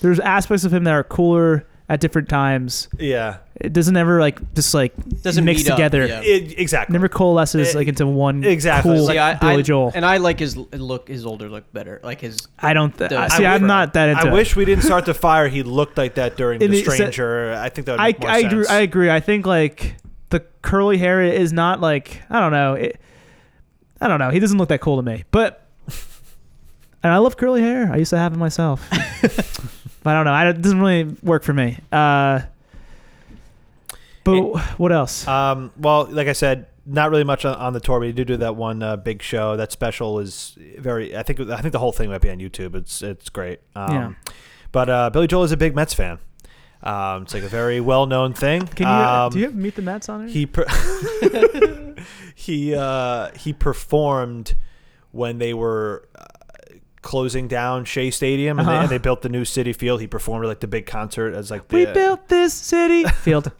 there's aspects of him that are cooler at different times.
yeah.
It doesn't ever like just like
Doesn't
mix
meet up,
together.
yeah.
It, exactly.
Never coalesces
Eh,
like into one
exactly.
cool
See,
I,
Billy
I,
Joel.
And I like his look, his older look better. Like his
I don't th-
I
see.
wish-
I'm not that into.
I
it.
wish we didn't start the fire. He looked like that during
In
The
the- so-
Stranger. I think that would
I
make more
I agree.
sense.
I agree. I think like the curly hair is not like I don't know. It, I don't know. He doesn't look that cool to me. But and I love curly hair. I used to have it myself. but I don't know. I, it doesn't really work for me. Uh, but what else?
Um, well, like I said, not really much on, on the tour, but you do do that one uh, big show. That special is very. I think I think the whole thing might be on YouTube. It's it's great. Um,
Yeah.
But uh, Billy Joel is a big Mets fan. Um, it's like a very well known thing.
Can you uh,
um,
do you have meet the Mets on there?
He per- he uh, he performed when they were uh, closing down Shea Stadium and, they,
Uh-huh.
and they built the new City Field. He performed like the big concert as like the, uh,
we built this city field.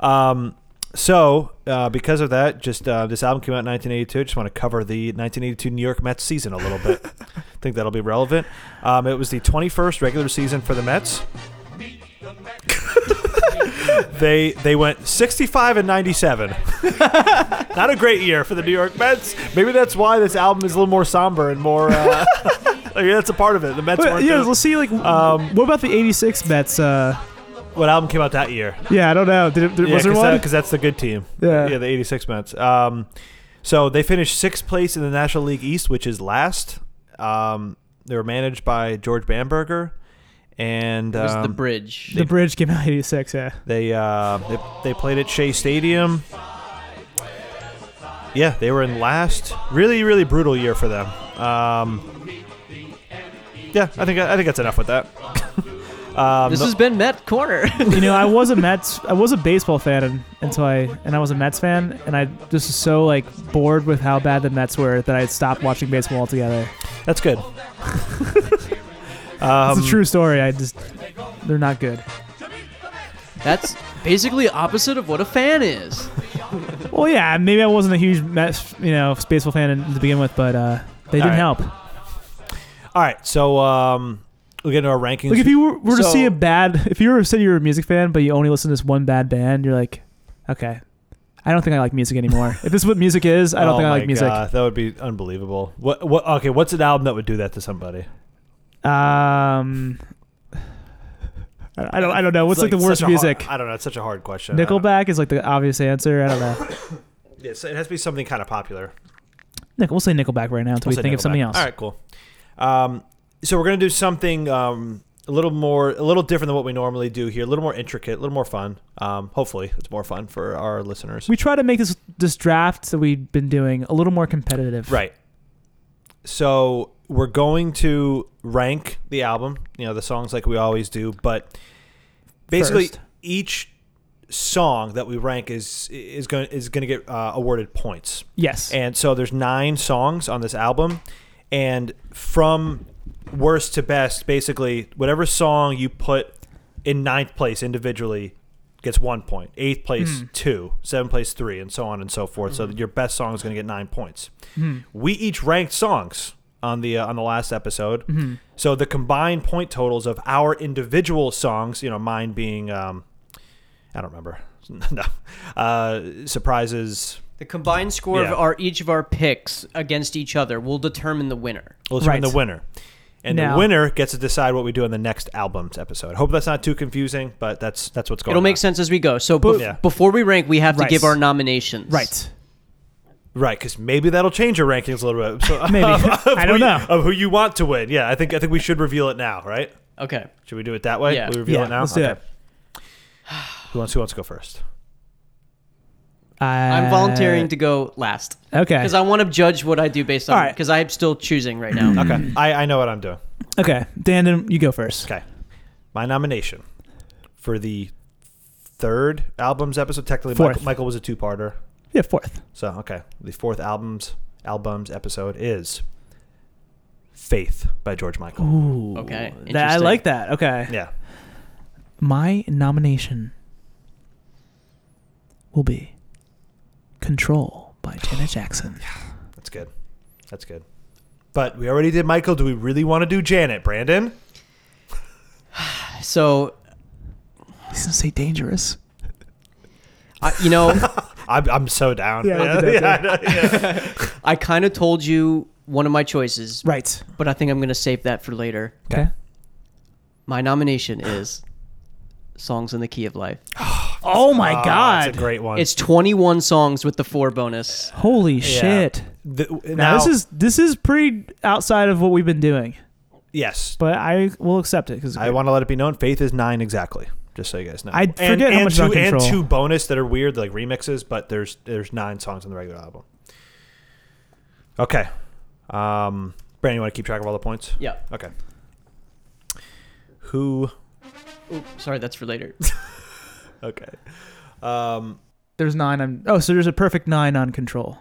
Um, so uh, because of that, just uh, this album came out in 1982. I just want to cover the 1982 New York Mets season a little bit. I think that'll be relevant. Um, it was the 21st regular season for the Mets. they they went 65 and 97. Not a great year for the New York Mets. Maybe that's why this album is a little more somber and more. Uh, maybe that's a part of it. The Mets
But,
weren't.
yeah,
the-
let's see. Like,
Um,
what about the '86 Mets? Uh,
what album came out that year?
yeah, I don't know. Did it, did, was there
cause
one?
Because that's the good team.
Yeah.
yeah, the '86 Mets. Um, so they finished sixth place in the National League East, which is last. Um, they were managed by George Bamberger, and
it was the
um,
bridge.
the Bridge came out '86. Yeah.
they, uh, they they played at Shea Stadium. Yeah, they were in last. Really, really brutal year for them. Um, yeah, I think I think that's enough with that. um,
this
the-
has been Met Corner.
you know, I was a Mets, I was a baseball fan and, until I, and I was a Mets fan, and I just was so like bored with how bad the Mets were that I had stopped watching baseball altogether.
that's good. um,
It's a true story. I just, they're not good.
That's basically opposite of what a fan is.
Well, yeah, maybe I wasn't a huge Mets, you know, baseball fan in, to begin with, but uh, they didn't
All right.
help.
All right, so um, we'll get into our rankings.
Like if you were, were to
So-
see a bad, if you were said you were a music fan, but you only listen to this one bad band, you're like, okay, I don't think I like music anymore. if this is what music is, I don't
Oh
think I
my
like music.
God, that would be unbelievable. What? What? Okay, what's an album that would do that to somebody?
Uh, Um, I I don't, I don't know. What's
It's
like, the worst
such a hard-
music?
I don't know. It's such a hard question. I don't know.
Nickelback is like the obvious answer. I don't know.
Yes, it has to be something kind of popular.
Nick, we'll say Nickelback right now until we
We'll say
think of something
Nickelback.
else.
All right, cool. Um, so we're gonna do something um, a little more, a little different than what we normally do here. A little more intricate, a little more fun. Um, hopefully, it's more fun for our listeners.
We try to make this this draft that we've been doing a little more competitive.
Right. So we're going to rank the album, you know, the songs like we always do, but basically
First.
each song that we rank is is going is going to get uh, awarded points.
Yes.
And so there's 9 songs on this album and from worst to best, basically whatever song you put in ninth place individually gets one point, eighth place two, seventh place three, and so on and so forth. So your best song is going to get nine points. We each ranked songs on the uh, on the last episode, so the combined point totals of our individual songs, you know, mine being um, I don't remember, no, uh, surprises.
The combined score
Yeah.
of our each of our picks against each other will determine the winner.
We'll determine
Right.
the winner. And
Now-
the winner gets to decide what we do on the next album's episode. Hope that's not too confusing, but that's that's what's going
It'll
on.
make sense as we go. So bef-
Yeah.
before we rank, we have
Right.
to give our nominations.
Right.
Right, because maybe that'll change your rankings a little bit. So,
Maybe. I
of
don't
who you-
know.
of who you want to win. Yeah, I think I think we should reveal it now, right?
Okay.
Should we do it that way?
Yeah.
We reveal
Yeah,
it now.
let's do it.
Who wants? Who wants to go first?
I,
I'm volunteering to go last
Okay.
because I want to judge what I do based on
All right.
because I'm still choosing right now.
Okay.
Mm.
I, I know what I'm doing.
okay. Dandon, you go first.
Okay. My nomination for the third albums episode. Technically,
Fourth.
Michael, Michael was a two-parter.
Yeah, fourth.
So okay, the fourth albums albums episode is Faith by George Michael.
Ooh.
Okay,
That- I
interesting.
like that. Okay.
Yeah.
My nomination will be Control by Janet Jackson.
That's good. That's good. But we already did Michael. Do we really want to do Janet, Brandon?
So,
He's gonna say dangerous.
I, you know,
I'm, I'm so down.
Yeah, I'll do that
yeah, I know, yeah.
I kind of told you one of my choices,
Right.
but I think I'm going to save that for later.
Okay.
My nomination is Songs in the Key of Life.
Oh my
Oh,
god.
It's a great one.
It's 21 songs with the four bonus.
Holy
Yeah.
shit.
The-
Now, this is this is pretty outside of what we've been doing,
yes.
but I will accept it because
I want to let it be known. Faith is nine exactly. Just so you guys know.
I forget how much is
two,
on Control.
And two bonus that are weird, like remixes, but there's there's nine songs on the regular album. Okay. Um, Brandon, you want to keep track of all the points?
Yeah.
Okay. Who?
Ooh, sorry, that's for later.
Okay. Um,
there's nine. On, oh, so there's a perfect nine on Control.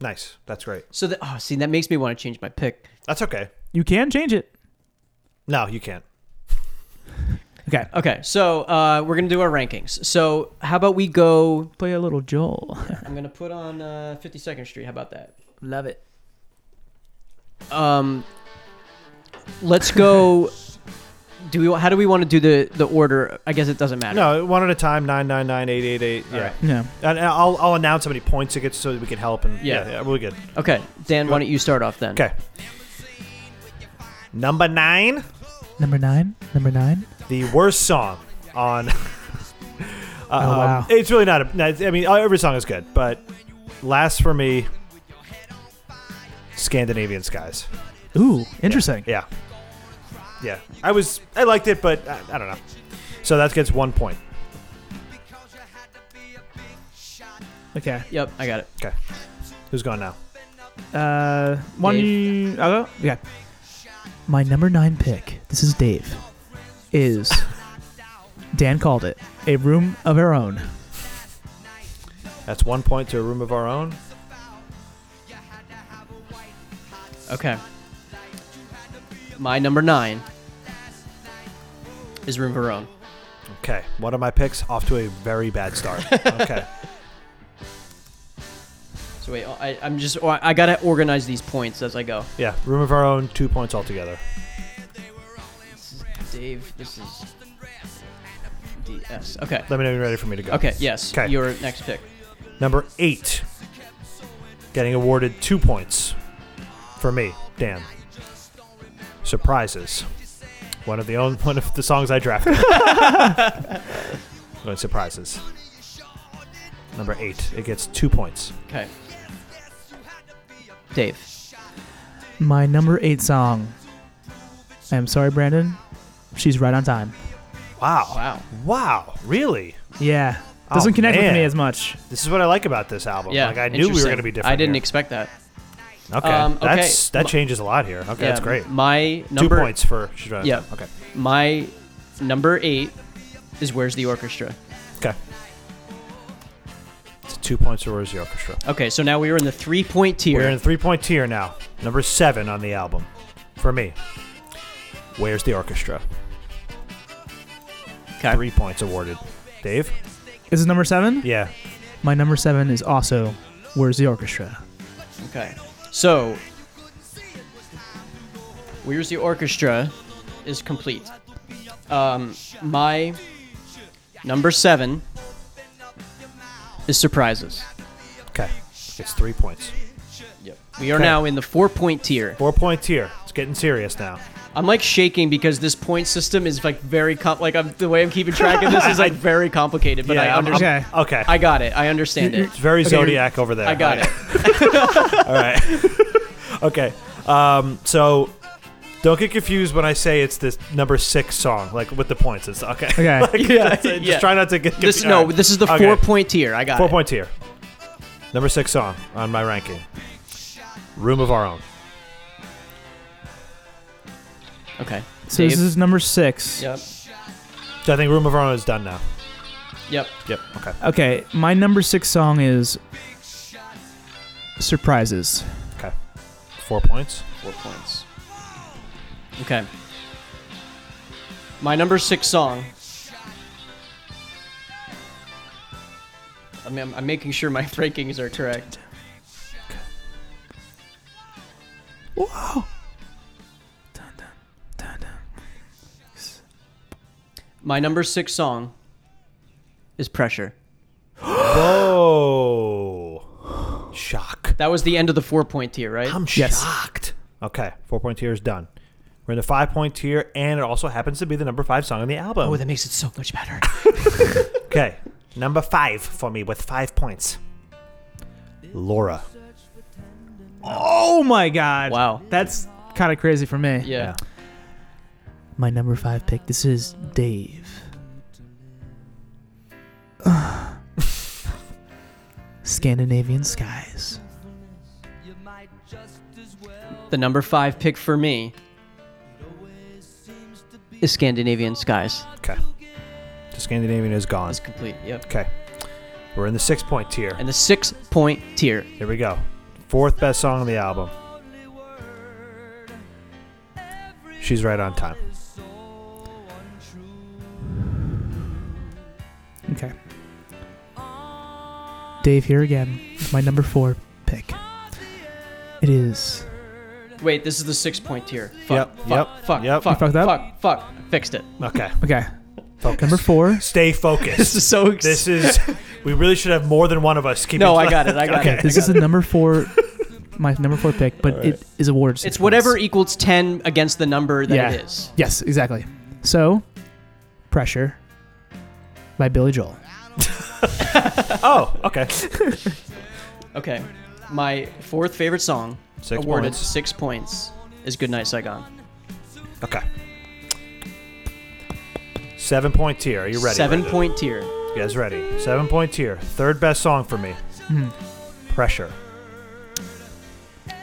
nice. That's great.
So, that, oh, see, that makes me want to change my pick.
That's okay.
You can change it.
No, you can't.
Okay.
Okay, so uh, we're going to do our rankings. So, how about we go?
Play a little Joel.
I'm going to put on uh, 52nd Street. How about that?
Love it.
Um, let's go. Do we? How do we want to do the the order? I guess it doesn't matter.
No, one at a time. Nine, nine, nine, eight, eight, eight. Yeah.
Alright.
Yeah.
And and I'll, I'll announce how many points it gets so that we can help. And
Yeah.
yeah, yeah we're good.
Okay, Dan, why don't you start off then?
Okay. Number nine.
Number nine. Number nine.
the worst song on. um,
wow.
It's really not. A, no, it's- I mean, every song is good, but last for me, Scandinavian Skies.
Ooh, interesting.
Yeah, yeah. I was, I liked it, but I, I don't know. So that gets one point.
Okay.
Yep, I got it.
Who's gone now?
Uh, one. You, I'll go. Yeah. My number nine pick. This is Dave. Is Dan called it a room of our own?
That's one point to a room of our own.
Okay. My number nine is Room for Own.
Okay, one of my picks off to a very bad start. Okay,
So wait, I, I'm just oh, I I gotta organize these points as I go.
yeah, room of our own, two points altogether.
This is Dave, this is DS. Okay.
Let me know when you're ready for me to go.
Okay. Yes.
'Kay.
Your next pick.
Number eight, getting awarded two points for me, Dan. Surprises. One of the own, one of the songs I drafted. Going surprises. Number eight, it gets two points.
Okay. Dave.
My number eight song. I am sorry, Brandon. She's right on time.
Wow!
Wow.
Wow! Really?
Yeah. Doesn't
Oh,
connect with
man.
me as much.
This is what I like about this album.
Yeah.
like I knew we were
interesting.
going to be different.
I didn't
here.
expect that.
okay.
um, okay.
That's that
M-
changes a lot here. Okay, that's great.
My number
two points for. She's right on
Yeah.
time. Okay.
My number eight is Where's the Orchestra.
Okay. It's two points for Rosie Orchestra.
Okay, so now we are in the three point tier.
We're in three point tier now. Number seven on the album. For me. Where's the orchestra?
Okay.
Three points awarded. Dave?
Is it number seven?
Yeah.
My number seven is also Where's the Orchestra?
Okay. So, Where's the Orchestra is complete. Um, my number seven is Surprises.
Okay. It's three points.
Yep. We are
Okay.
now in the four point tier.
Four point tier. It's getting serious now.
I'm like shaking because this point system is like very com- like I'm, the way I'm keeping track of this is like very complicated, but I
I'm- I'm-
understand.
okay.
I got it. I understand it.
it's very zodiac over there.
I got it.
All right. okay. Um, so Don't get confused when I say it's this number six song, like with the points. It's okay.
Okay.
Like,
Yeah,
just, just
yeah.
try not to get
This
confused.
no, this is the
Okay.
four point tier. I got
four
it.
points here. Number six song on my ranking. Room of Our Own.
Okay.
So this
Dave?
is number six.
Yep.
So I think Room of Our Own is done now.
Yep.
Yep. Uh, Okay.
Okay, my number six song is Surprises.
Four points.
Four points. Okay. My number six song. I mean, I'm, I'm making sure my rankings are correct. My number six song is Pressure.
Whoa. Shock.
That was the end of the four point tier, right?
I'm shocked. Okay. Four point tier is done. We're in the five point tier, and it also happens to be the number five song on the album.
Oh, that makes it so much better.
Okay, number five for me with five points. Laura.
Oh my god.
wow.
That's kind of crazy for me.
Yeah.
My number five pick. This is Dave. Scandinavian skies.
The number five pick for me is Scandinavian Skies.
Okay. The Scandinavian is gone.
That's complete. Yep.
Okay. We're in the six point tier.
And the six point tier.
Here we go. Fourth best song on the album. She's right on time.
Okay. Dave here again. with My number four pick. It is.
Wait, this is the six point tier. Fuck.
Yep,
Fuck.
yep,
Fuck.
yep.
Fuck.
You fucked up?
Fuck. Fuck. I Fixed it.
Okay.
Okay.
Focus.
Number four.
Stay
This
focused.
is so. Ex-
this is. We really should have more than one of us keeping.
no, I got it. I got
Okay.
it.
This is the number four. My number four pick, but it is awarded. six
It's whatever
points.
equals ten against the number that
Yeah.
it is.
Yes, exactly. So, pressure by Billy Joel.
Oh, okay.
Okay. My fourth favorite song,
Six
awarded
points.
six points, is Goodnight Saigon.
Okay. Seven point tier. Are you ready?
Seven
Brendan?
point tier.
You guys ready? Seven point tier. Third best song for me.
Hmm.
Pressure.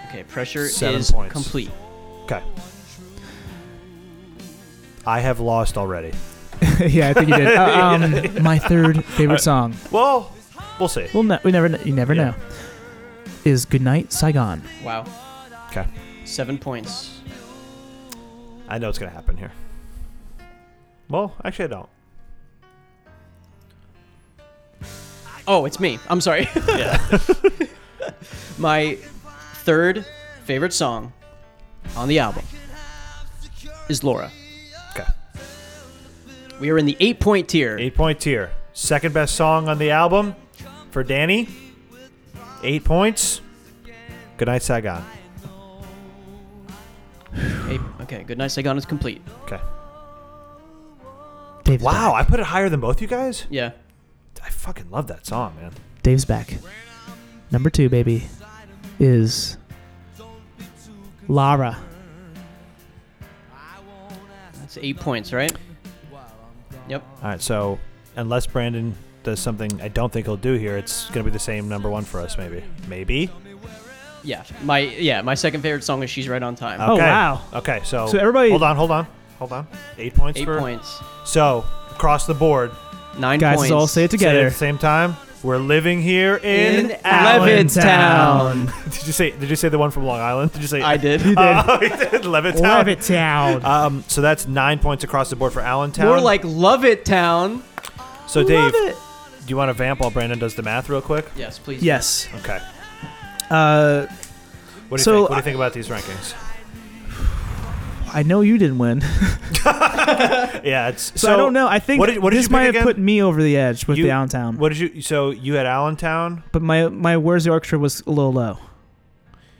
Okay, pressure
Seven
is
points.
complete.
Okay. I have lost already.
yeah, I think you did. Uh, um, my third favorite song.
Well, we'll see.
Well, no, we never, kn- you never
Yeah.
know. Is Goodnight Saigon.
Wow.
Okay.
Seven points.
I know it's going to happen here. Well, actually, I don't.
Oh, it's me. I'm sorry. My third favorite song on the album is Laura.
Okay.
We are in the eight point tier.
Eight point tier. Second best song on the album for Danny. Eight points. Good night, Saigon.
Eight- okay, Goodnight Saigon is complete.
Okay.
Dave's
Wow,
Back.
I put it higher than both you guys?
Yeah.
I fucking love that song, man.
Dave's back. Number two, baby, is Lara.
That's eight points, right? Yep.
All right, so unless Brandon does something I don't think he'll do here, it's going to be the same number one for us, maybe. Maybe.
Yeah. My yeah, my second favorite song is She's Right on Time.
Uh,
Okay.
Oh, wow.
Okay, so
So everybody-
hold on, hold on, hold on. Eight points
Eight
for
points.
so across the board.
Nine
Guys,
points.
let's all say it
Say it
together.
at the same time, we're living here in,
In
Allen.
Levittown.
Did you say? Did you say the one from Long Island? Did you say?
I did.
Oh, you did, Levittown.
Levittown.
Um, so that's nine points across the board for Allentown.
More like Love It Town.
so, Dave. Do you want to vamp while Brandon does the math real quick?
Yes, please.
yes.
Okay.
Uh,
What do you
So,
think? What do you think about these rankings?
I know you didn't win, so,
Yeah, it's so,
I don't know. I think
what did- what did
this
you pick
might
again?
have put me over the edge with
You-
the downtown.
What did you? So you had Allentown.
But my my Where's the Orchestra was a little low.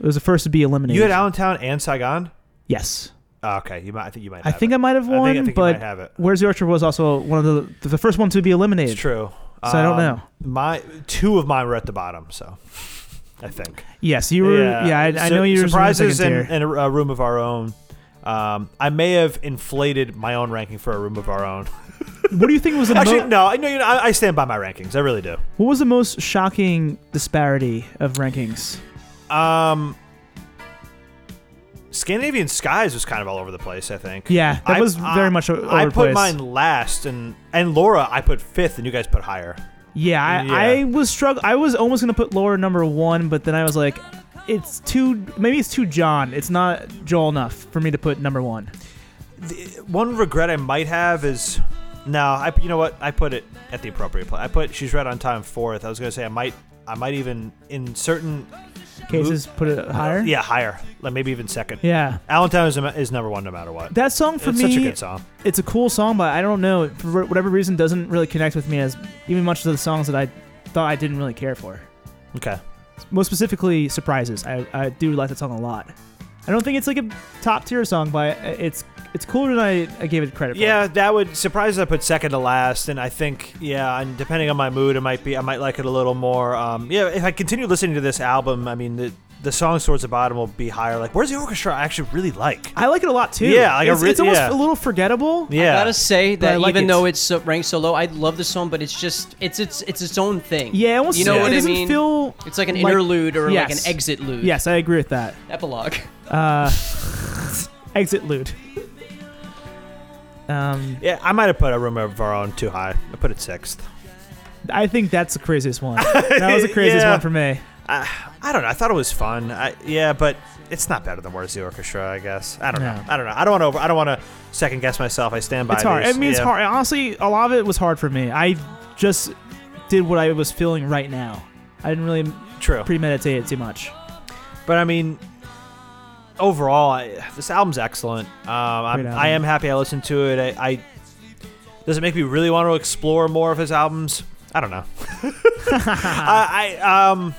It was the first to be eliminated.
You had Allentown and Saigon.
yes.
Oh, okay, you might. I think you might.
I
Have
think
it.
I might have
I
won,
think, I think you
but
might have it.
Where's the Orchard was also one of the the first one to be eliminated.
It's true. Um,
So I don't know.
My two of mine were at the bottom, so I think
Yes, you were. Yeah, I, I
Su-
know you were in the
surprises
second
and,
tier.
and a, a room of our own. Um, I may have inflated my own ranking for a room of our own.
What do you think was the
Actually,
mo-
no, I know you know, I, I stand by my rankings. I really do.
what was the most shocking disparity of rankings?
Um, Scandinavian Skies was kind of all over the place. I think.
Yeah, that
I-
was very much o-
I
over
put
place.
mine last, and and Laura I put fifth, and you guys put higher.
Yeah, I,
Yeah.
I was struggling. I was almost gonna put Laura number one, but then I was like, it's too. Maybe it's too John. It's not Joel enough for me to put number one.
One regret I might have is, no, I you know what I put it at the appropriate place. I put she's right on time fourth. I was gonna say I might I might even in certain uh,
Cases put it higher.
yeah higher, like maybe even second.
Yeah.
Allentown is, is number one no matter what.
That song for
it's
me,
such a good song.
it's a cool song, but I don't know for whatever reason doesn't really connect with me as even much of the songs that I thought I didn't really care for.
Okay.
Most specifically, surprises. I, I do like that song a lot. I don't think it's like a top tier song, but it's it's cooler than I, I gave it credit for.
Yeah, that would surprise. I put second to last, and I think yeah, and depending on my mood, it might be I might like it a little more. Um, yeah, if I continue listening to this album, I mean the the song towards the bottom will be higher. Like, where's the orchestra? I actually really like.
I like it a lot too.
Yeah, like I
it's,
re-
it's almost
yeah.
a little forgettable.
Yeah,
I gotta say
But I
that
like
even
it.
though it's so, ranked so low, I love the song, but it's just it's it's it's its own thing.
Yeah, almost.
you know
it
what I
doesn't
mean.
feel.
it's like an
like-
interlude or like
Yes.
an exit lude.
Yes, I agree with that.
epilogue.
Uh, exit lewd. Um,
yeah. I might have put a room of our own too high. I put it sixth.
I think that's the craziest one. That was the craziest
Yeah.
one for me.
I, I don't know. I thought it was fun. I, yeah, but it's not better than where's the orchestra. I guess. I don't know.
No.
I don't know. I don't want to. I don't want to second guess myself. I stand by.
It's hard. I
these.
mean, it's
Yeah.
hard. Honestly, a lot of it was hard for me. I just did what I was feeling right now. I didn't really
True.
premeditate it too much.
But I mean, overall, I, this album's excellent. Um, I'm,
Great
I am happy I listened to it. I, I does it make me really want to explore more of his albums? I don't know. I, I um,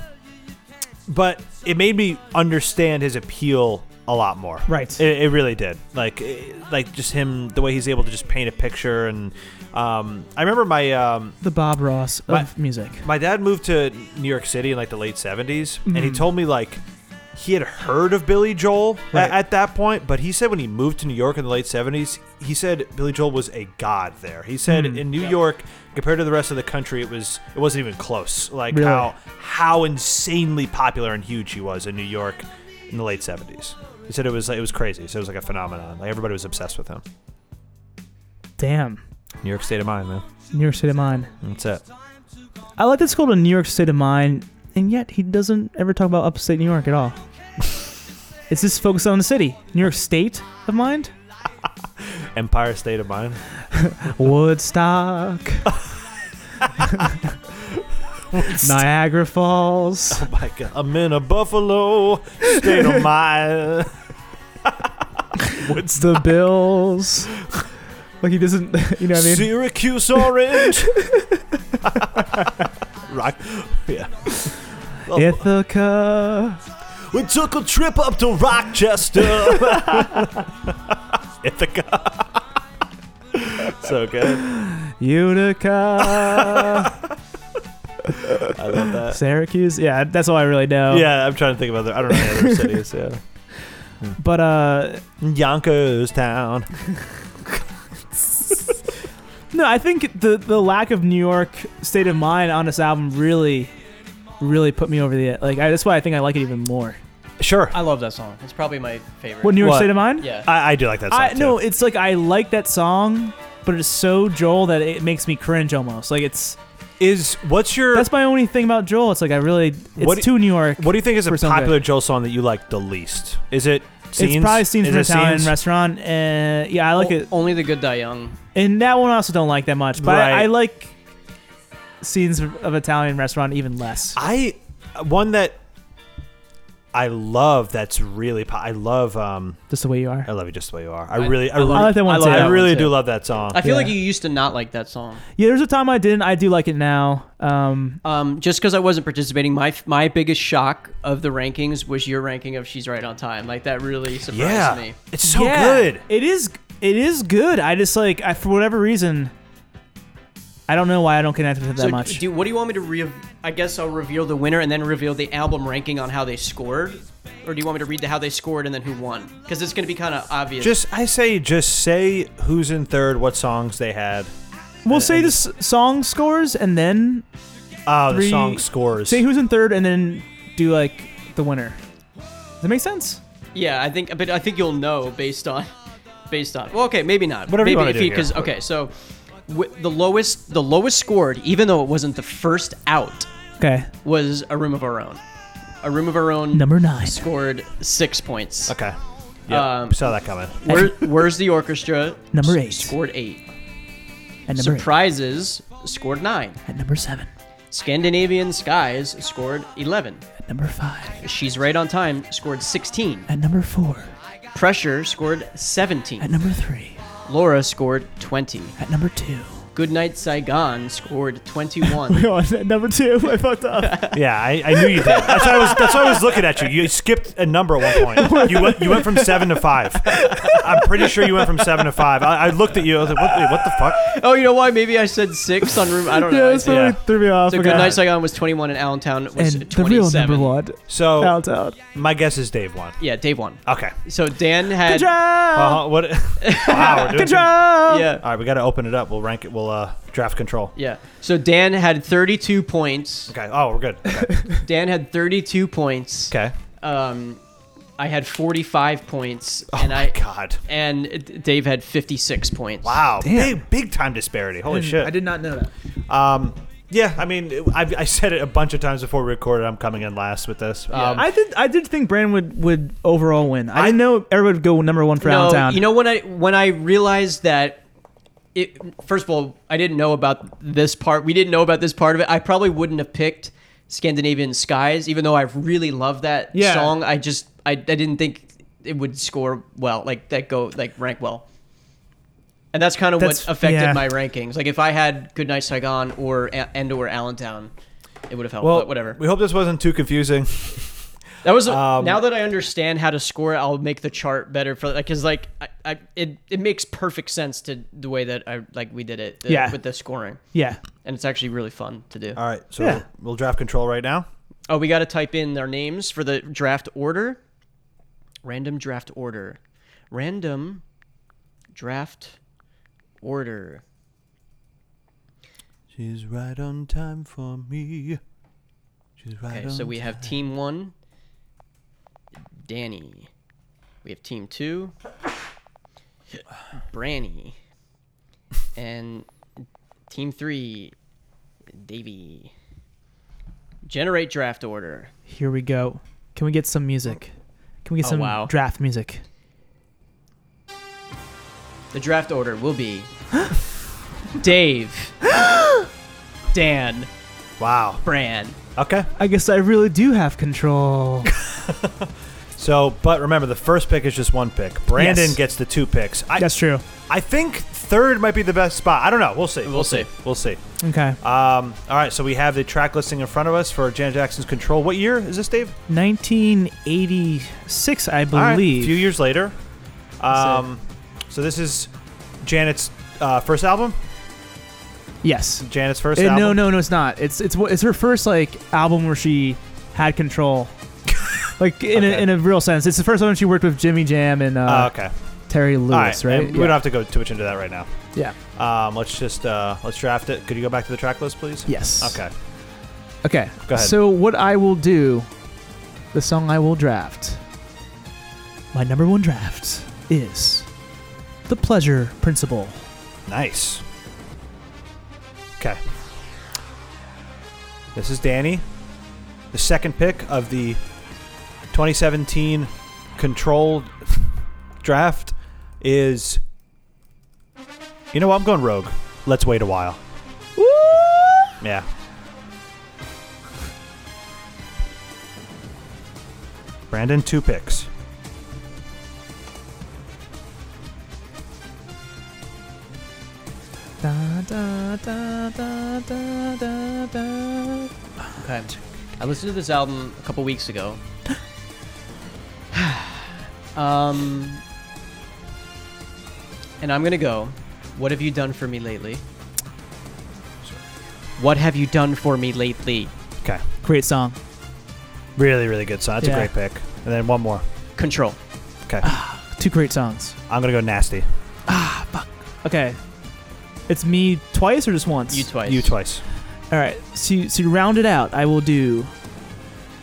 but it made me understand his appeal a lot more.
Right.
It, it really did. Like, it, like just him, the way he's able to just paint a picture, and um, I remember my um,
The Bob Ross of
My-
music.
my dad moved to New York City in like the late 70s, and he
Mm-hmm.
told me like he had heard of Billy Joel a-
Right.
at that point, but he said when he moved to New York in the late 70s, he said Billy Joel was a god there. He said
Mm-hmm.
in New York compared to the rest of the country, it was it wasn't even close. Like
Really?
how how insanely popular and huge he was in New York in the late 70s. He said it was like it was crazy. So it was like a phenomenon. Like everybody was obsessed with him.
Damn.
New York State of Mind, man.
New York State of Mind.
That's it.
I like this called a New York State of Mind, and yet he doesn't ever talk about upstate New York at all. it's just focused on the city. New York State of Mind?
Empire State of Mind.
Woodstock. Niagara Falls.
my god. I'm in a Buffalo state of mind.
It's the Bills. Like he doesn't, you know what I mean?
Syracuse Orange. Rock. Yeah.
Ithaca.
We took a trip up to Rochester. Ithaca. so good. Uh,
Utica.
I love that.
Syracuse. Yeah, that's all I really know.
Yeah, I'm trying to think of other. I don't know any other cities. Yeah.
But uh
Yonkers Town.
No, I think the the lack of New York state of mind on this album really, really put me over the like. I, that's why I think I like it even more.
Sure.
I love that song. It's probably my favorite.
What New York
What?
state of mind?
yeah.
I, I do like that song.
I
too.
no, it's like I like that song, but it's so Joel that it makes me cringe almost. Like it's
Is what's your
that's my only thing about Joel. It's like I really it's
What do-
too New York.
what do you think is a
for some
popular Joel song that you like the least? Is it scenes?
It's probably scenes
Is
from
it
Italian
Scenes? Oh.
restaurant. And yeah, I like
O-
it.
Only the good die young.
And that one I also don't like that much, but
Right.
I, I like scenes of Italian restaurant even less.
I one that I love. That's really. Po- I love. Um,
Just the way you are.
I love you just the way you are. I
I-
really. I,
I
really,
love-
I like that one
I
too.
that one
really
too.
do love that song.
I feel
Yeah.
like you used to not like that song.
Yeah, there's a time I didn't. I do like it now. Um,
Um, just because I wasn't participating, my my biggest shock of the rankings was your ranking of "She's Right on Time." Like that really surprised
yeah,
me.
it's so
yeah,
good.
It is. It is good. I just like I, for whatever reason. I don't know why I don't connect with it that
so,
much.
do what do you want me to re? I guess I'll reveal the winner and then reveal the album ranking on how they scored. Or do you want me to read the how they scored and then who won? Because it's going to be kind of obvious.
Just I say, just say who's in third, what songs they had.
We'll say the s- song scores and then
Oh, the
Three-
song scores.
say who's in third and then do like the winner. Does that make sense?
yeah, I think, but I think you'll know based on, based on. Well, okay, maybe not.
Whatever you
maybe
wanna
if
do here.
Because okay, so w- the lowest, the lowest scored, even though it wasn't the first out,
Okay.
was a room of our own. A room of our own
Number nine.
scored six points.
okay. Yeah,
Um,
saw that coming.
Where, where's the orchestra?
Number
s-
eight.
scored eight.
At number
Surprises scored nine.
eight. At number seven.
Scandinavian Skies scored eleven.
At number five.
She's right on time scored sixteen.
At number four.
Pressure scored
At
17.
number three.
Laura scored 20.
At number two.
Goodnight Saigon scored 21.
at number two. I fucked up.
Yeah, I, I knew you did. That's why I was. That's why I was looking at you. You skipped a number at one point. You went. You went from seven to five. I'm pretty sure you went from seven to five. I, I looked at you. I was like, what, wait, what the fuck?
oh, you know why? Maybe I said six on room. I don't know.
yeah,
I
that's
said-
probably
Yeah.
threw me off.
so
Okay.
Goodnight Saigon was 21 and Allentown was
and the real
27.
number one.
So
Allentown.
my guess is Dave won.
Yeah, Dave won.
Okay.
So Dan had.
Uh, what? Wow. We're doing good. All
Control.
Yeah.
right, we got to open it up. We'll rank it. We'll uh, draft control.
Yeah. So Dan had 32 points.
Okay. Oh, we're good. Okay.
Dan had 32 points.
okay.
Um, I had 45 points.
Oh
and
my
I
God.
and D- Dave had 56 points.
Wow.
Damn.
Big big time disparity. Holy shit.
I did not know that.
Um, yeah, I mean, it- I, I said it a bunch of times before we recorded. I'm coming in last with this. Um,
I did. I did think Brand would would overall win. I, didn't know everyone would go number one for Allentown.
You know when I when I realized that it first of all, I didn't know about this part. We didn't know about this part of it. I probably wouldn't have picked Scandinavian Skies, even though I really love that
Yeah.
song. I just I, I didn't think it would score well, like that go like rank well. And that's kind of
That's-
what affected
yeah.
my rankings. Like if I had Goodnight Saigon or A- and or Allentown, it would have helped.
well,
but whatever.
We hope this wasn't too confusing.
That was
Um,
now that I understand how to score, I'll make the chart better for like because like I, I it it makes perfect sense to the way that I like we did it the-
Yeah.
with the scoring,
yeah.
and it's actually really fun to do.
All right, so
Yeah.
we'll, we'll draft control right now.
Oh, we got to type in our names for the draft order. Random draft order, random draft order.
She's right on time for me. She's right
Okay,
on
so we have team one, Danny. We have team two, Branny. And team three, Davy. Generate draft order.
Here we go. Can we get some music? Can we get
Oh,
some
wow.
draft music?
The draft order will be Dave, Dan,
Wow.
Bran.
Okay.
I guess I really do have control.
So, but remember, the first pick is just one pick. Brandon
Yes.
gets the two picks. I,
That's true.
I think third might be the best spot. I don't know. We'll see. We'll,
see.
We'll see.
Okay.
Um, all right, so we have the track listing in front of us for Janet Jackson's Control. What year is this, Dave?
1986, I
All right,
believe.
a few years later. Um, so this is Janet's uh, first album.
yes.
Janet's first
Uh,
album.
no, no, no, it's not. It's it's what- it's her first like album where she had control. like in a,
Okay.
in a real sense, it's the first one she worked with Jimmy Jam and uh,
Uh, okay.
Terry
All right.
Lewis,
and
right?
We don't have to go too much into that right now.
yeah.
Um, let's just uh, let's draft it. Could you go back to the track list, please?
Yes.
Okay.
Okay.
Go ahead.
So what I will do, the song I will draft. My number one draft is the Pleasure Principle.
Nice. Okay. This is Danny, the second pick of the 2017 Control draft is. You know what? I'm going rogue. Let's wait a while. Yeah. Brandon, two picks.
Da, da, da, da, da, da, da.
Okay. I listened to this album a couple weeks ago. um, and I'm gonna go. What have you done for me lately? What have you done for me lately?
Okay.
Great song.
Really, really good song. That's
Yeah.
a great pick. Ah. And then one more.
Control.
Okay.
Two great songs.
I'm going to go nasty.
Okay. It's me twice or just once?
You twice.
You twice.
All right. So, so to round it out, I will do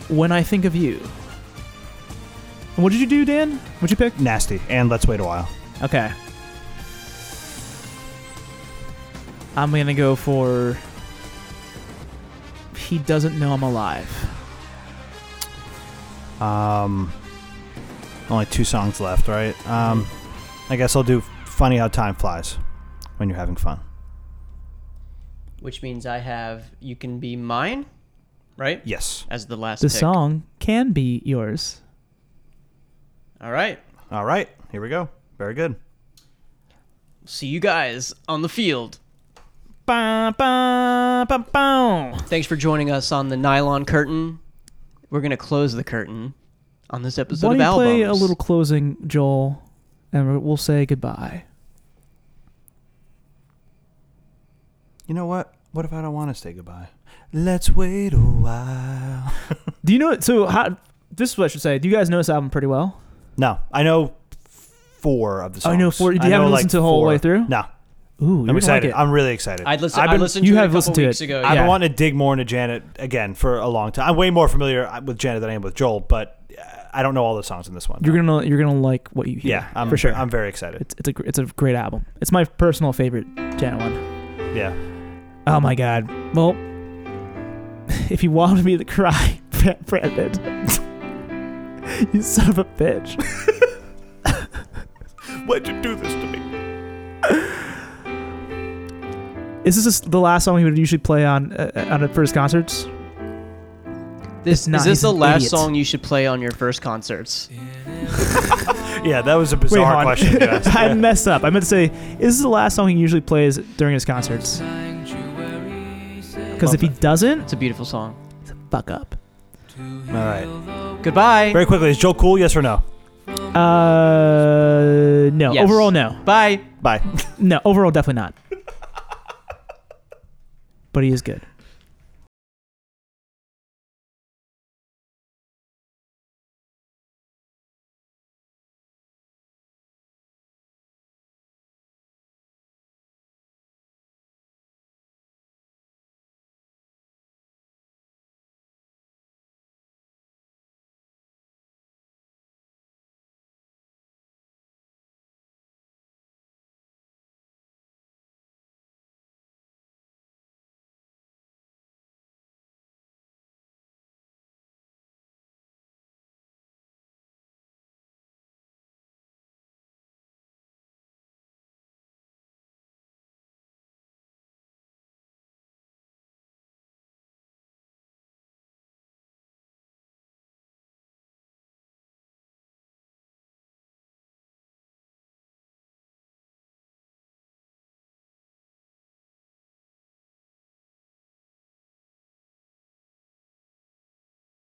When I Think of You. And what did you do, Dan? What'd you pick?
Nasty. And let's wait a while.
Okay. I'm going to go for He Doesn't Know I'm Alive.
Um, only two songs left, right? Um, I guess I'll do Funny How Time Flies when you're having fun.
Which means I have You Can Be Mine, right?
Yes.
As the last
The
pick.
song can be yours.
All right.
All right. Here we go. Very good.
See you guys on the field.
Ba, ba, ba, ba.
Thanks for joining us on the Nylon Curtain. We're going to close the curtain on this episode
Why
of
don't you
Albums.
play a little closing, Joel, and we're- we'll say goodbye.
You know what? What if I don't want to say goodbye? Let's wait a while.
Do you know? So how, this is what I should say. Do you guys know this album pretty well?
No, I know four of the
Oh,
songs.
you know four- you haven't
know,
listened to the whole way through?
No.
Ooh,
I'm
you
excited.
Like it.
I'm really excited.
I'd listen,
I've
I
been,
listened to
you
it a
have
couple
listened to
weeks
it.
ago.
I've
yeah.
been wanting to dig more into Janet again for a long time. I'm way more familiar uh, with Janet than I am with Joel, but uh, I don't know all the songs in this one.
You're gonna you're gonna like what you hear.
yeah, I'm,
for sure.
I'm very excited.
it's it's a gr- it's a great album. It's my personal favorite Janet one.
Yeah.
Oh my god. Well, if you wanted me to cry, Brandon, you son of a bitch.
Why'd you do this to me?
Is this just the last song he would usually play on uh, on at first concerts?
This,
It's not-
is this
he's
the
an
last
idiot.
song you should play on your first concerts?
Yeah, that was a
Wait,
bizarre
hold on.
question you asked.
I
Yeah.
messed up. I meant to say, is this the last song he usually plays during his concerts? Because if he doesn't,
It's a beautiful song.
fuck up.
All right.
Goodbye.
Very quickly, is Joel cool? Yes or no?
Uh, no.
Yes.
Overall, no.
Bye.
Bye.
No, overall, definitely not. but he is good.